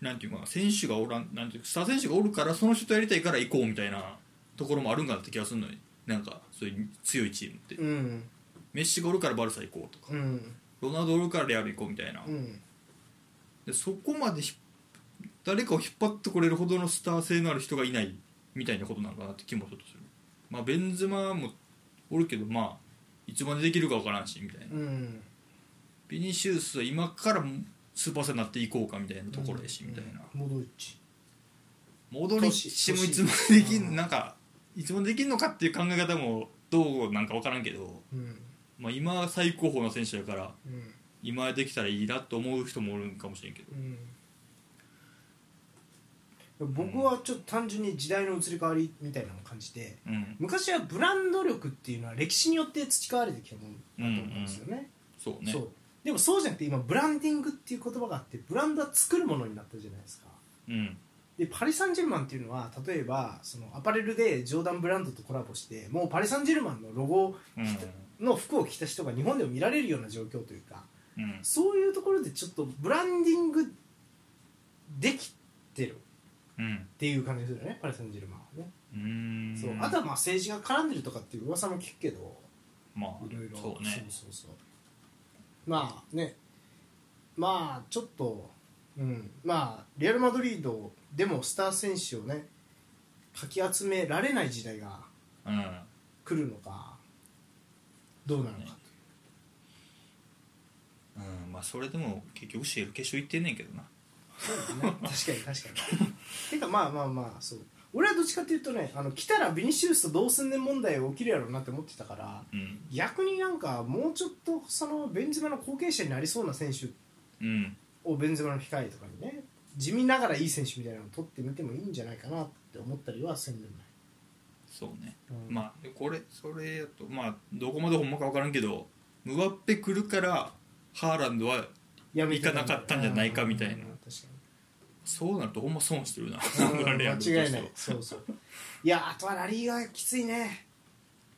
S2: なんていうかな選手がおらんなんていうかスター選手がおるからその人とやりたいから行こうみたいなところもあるんかなって気がするのになんかそういう強いチームって、
S3: うん
S2: メッシがおるからバルサ行こうとか
S3: うん
S2: ロナウドおるからレアル行こうみたいな、
S3: うん
S2: でそこまでひ誰かを引っ張ってこれるほどのスター性のある人がいないみたいなことなのかなって気もちょっとする、まあ、ベンゼマもおるけどまあいつまでできるか分からんしみたいな、
S3: うん
S2: ビニシウスは今からスーパーサーになっていこうかみたいなところやし、みたいな
S3: モドリッチ
S2: モドリッチもいつまでできんなんかいつまでできんのかっていう考え方もどうなんか分からんけど、
S3: うん
S2: まあ、今最高峰の選手だから
S3: うん
S2: 今できたらいいなと思う人もおるんかもしれんけど
S3: うん、僕はちょっと単純に時代の移り変わりみたいなのを感じて
S2: うん
S3: 昔はブランド力っていうのは歴史によって培われてきたものだと思うんですよね,、
S2: そうね
S3: そうでもそうじゃなくて今ブランディングっていう言葉があってブランドは作るものになったじゃないですか
S2: うん
S3: でパリ・サンジェルマンっていうのは例えばそのアパレルでジョーダンブランドとコラボしてもうパリ・サンジェルマンのロゴ
S2: うん
S3: の服を着た人が日本でも見られるような状況というか
S2: うん
S3: そういうところでちょっとブランディングできてる
S2: うん
S3: っていう感じでするよねパリ・サンジェルマンはね、
S2: うーん
S3: そうあとはまあ政治が絡んでるとかっていう噂も聞くけど
S2: まあ
S3: いろいろ
S2: そうね
S3: そうそうそうまあねまあちょっとうんまあレアル・マドリードでもスター選手をねかき集められない時代が
S2: うん
S3: 来るのかどうなのか、
S2: うんまあそれでも結局シェル決勝行ってんねんけどな
S3: そうだね確かに確かにてかまあまあまあそう俺はどっちかっていうとねあの来たらビニシウスとどうすんねん問題起きるやろうなって思ってたから
S2: うん
S3: 逆になんかもうちょっとそのベンゼマの後継者になりそうな選手
S2: うん
S3: をベンゼマの控えとかにね地味ながらいい選手みたいなのを取ってみてもいいんじゃないかなって思ったりはせんでもない、
S2: そうね
S3: うん
S2: まあでこれそれやとまあどこまでほんまか分からんけどムバッペ来るからハーランドは
S3: や
S2: 行かなかったんじゃないかみたいな
S3: うん確かに
S2: そうなるとほんま損してるな
S3: うん
S2: レアルとして
S3: 間
S2: は
S3: 違いないそうそういやあとはラリーがきついね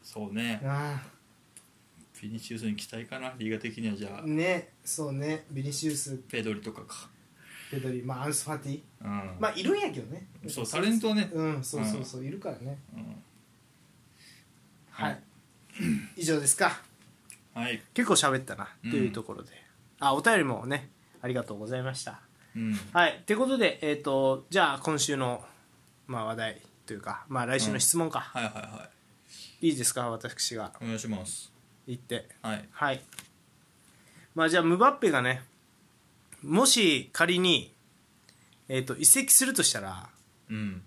S2: そうね
S3: あ
S2: フィニッシュするに期待かなリーガ的にはじゃ
S3: あ
S2: あ
S3: ねそうねビニシウス
S2: ペドリとかか
S3: ペドリまあアンスファティ
S2: うん
S3: まあいるんやけどね
S2: そうタレントはね
S3: うんそうそうそういるからね
S2: うん
S3: は
S2: はい
S3: い以上ですか
S2: はい
S1: 結構喋ったな、
S2: うん
S1: というところであお便りもねありがとうございました
S2: うん
S1: はいということでえっ、とじゃあ今週の、まあ、話題というか、まあ、来週の質問か、
S2: はいはいはい
S1: いいですか私が
S2: お願いします
S1: 言って
S2: はい
S1: はいまあじゃあムバッペがねもし仮に、えー、と移籍するとしたら
S2: うん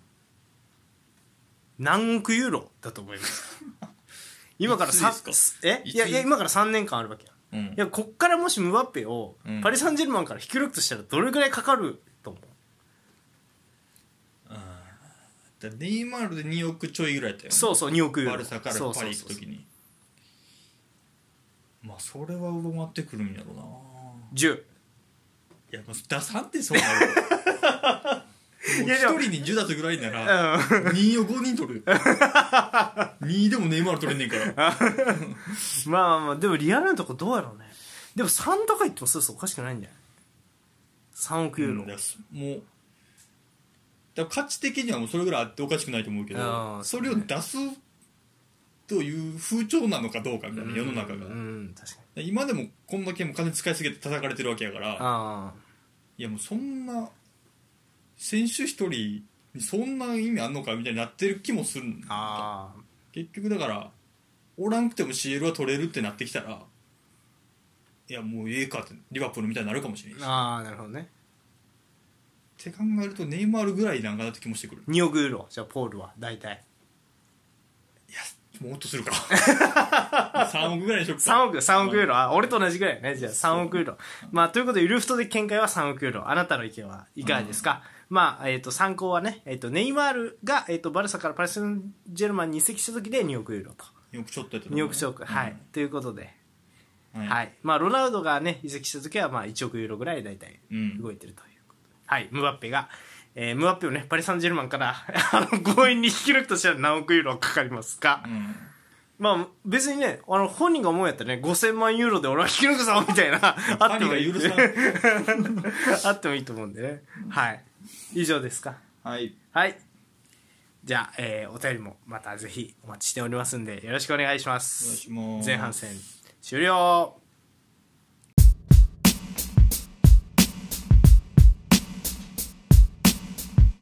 S1: 何億ユーロだと思います 今からさ
S2: いつです
S1: えいやいや
S2: いつ
S1: 今から3年間あるわけや
S2: うん
S1: いやこっからもしムバッペを
S2: うん
S1: パリ・サンジェルマンから引き抜くとしたらどれぐらいかかると思う、
S2: だネイマールで2億ちょいぐらいだったよね
S1: そうそう2億ユーロ
S2: バルサから
S1: そう
S2: パ
S1: そう
S2: リ行
S1: そう
S2: く時にまあそれは上回ってくるんやろうな
S1: 10
S2: いやもう出さんってそうなる
S1: いやでも
S2: もう1人に10出すぐらいな
S1: う
S2: ら
S1: ん
S2: 2を5人取る2でもネイマール取れんねんか
S1: ま
S2: ら
S1: あまあまあでもリアルなとこどうやろうねでも3とか言ってもそうそうおかしくないんじゃない3億ユーロ、
S2: うんだからもうだから価値的にはもうそれぐらいあっておかしくないと思うけ
S1: あ
S2: ど
S1: ー
S2: それを出すという風潮なのかどうかみたいな世の中
S1: う
S2: が
S1: ん確かに
S2: で今でもこんだけもう金使いすぎて叩かれてるわけやから
S1: あ
S2: いやもうそんな選手一人にそんな意味あんのかみたいになってる気もするん
S1: あああ
S2: 結局だからおらんくても CL は取れるってなってきたらいやもうええかってリバプールみたいになるかもしれないしっ
S1: ああなるほどね
S2: て考えるとネイマールぐらいなんかなって気もしてくる
S1: 2億ユーロじゃあポールは大体
S2: いやもっとするか 3億ぐらいにしよっか
S1: 3億3億ユーロあ俺と同じぐらいねじゃあ3億ユーロまあということでウルフトで見解は3億ユーロあなたの意見はいかがですか、まあえっと参考はね、えっとネイマールが、えっとバルサからパリ・サンジェルマンに移籍した時で2億ユーロと
S2: 2億ちょっとやった
S1: 2億超億、はい、ということで、
S2: うんはい、
S1: はいまあ、ロナウドが、ね、移籍した時はまあ1億ユーロぐらい大体
S2: うん
S1: 動いてるということで、はい、ムバッペが、えームバッペを、ね、パリ・サンジェルマンから あの強引に引き抜くとしたら何億ユーロかかりますか、
S2: うん
S1: まあ別にね、あの本人が思うんやったらね、5000万ユーロで俺は引き抜くぞみたいな、 あってもいい。
S2: 神が許さ
S1: あってもいいと思うんでね。はい。以上ですか。
S2: はい
S1: はい。じゃあ、えーお便りもまたぜひお待ちしておりますんで、よろしくお願いしま
S2: お願い
S1: す。
S2: します
S1: 前半戦終了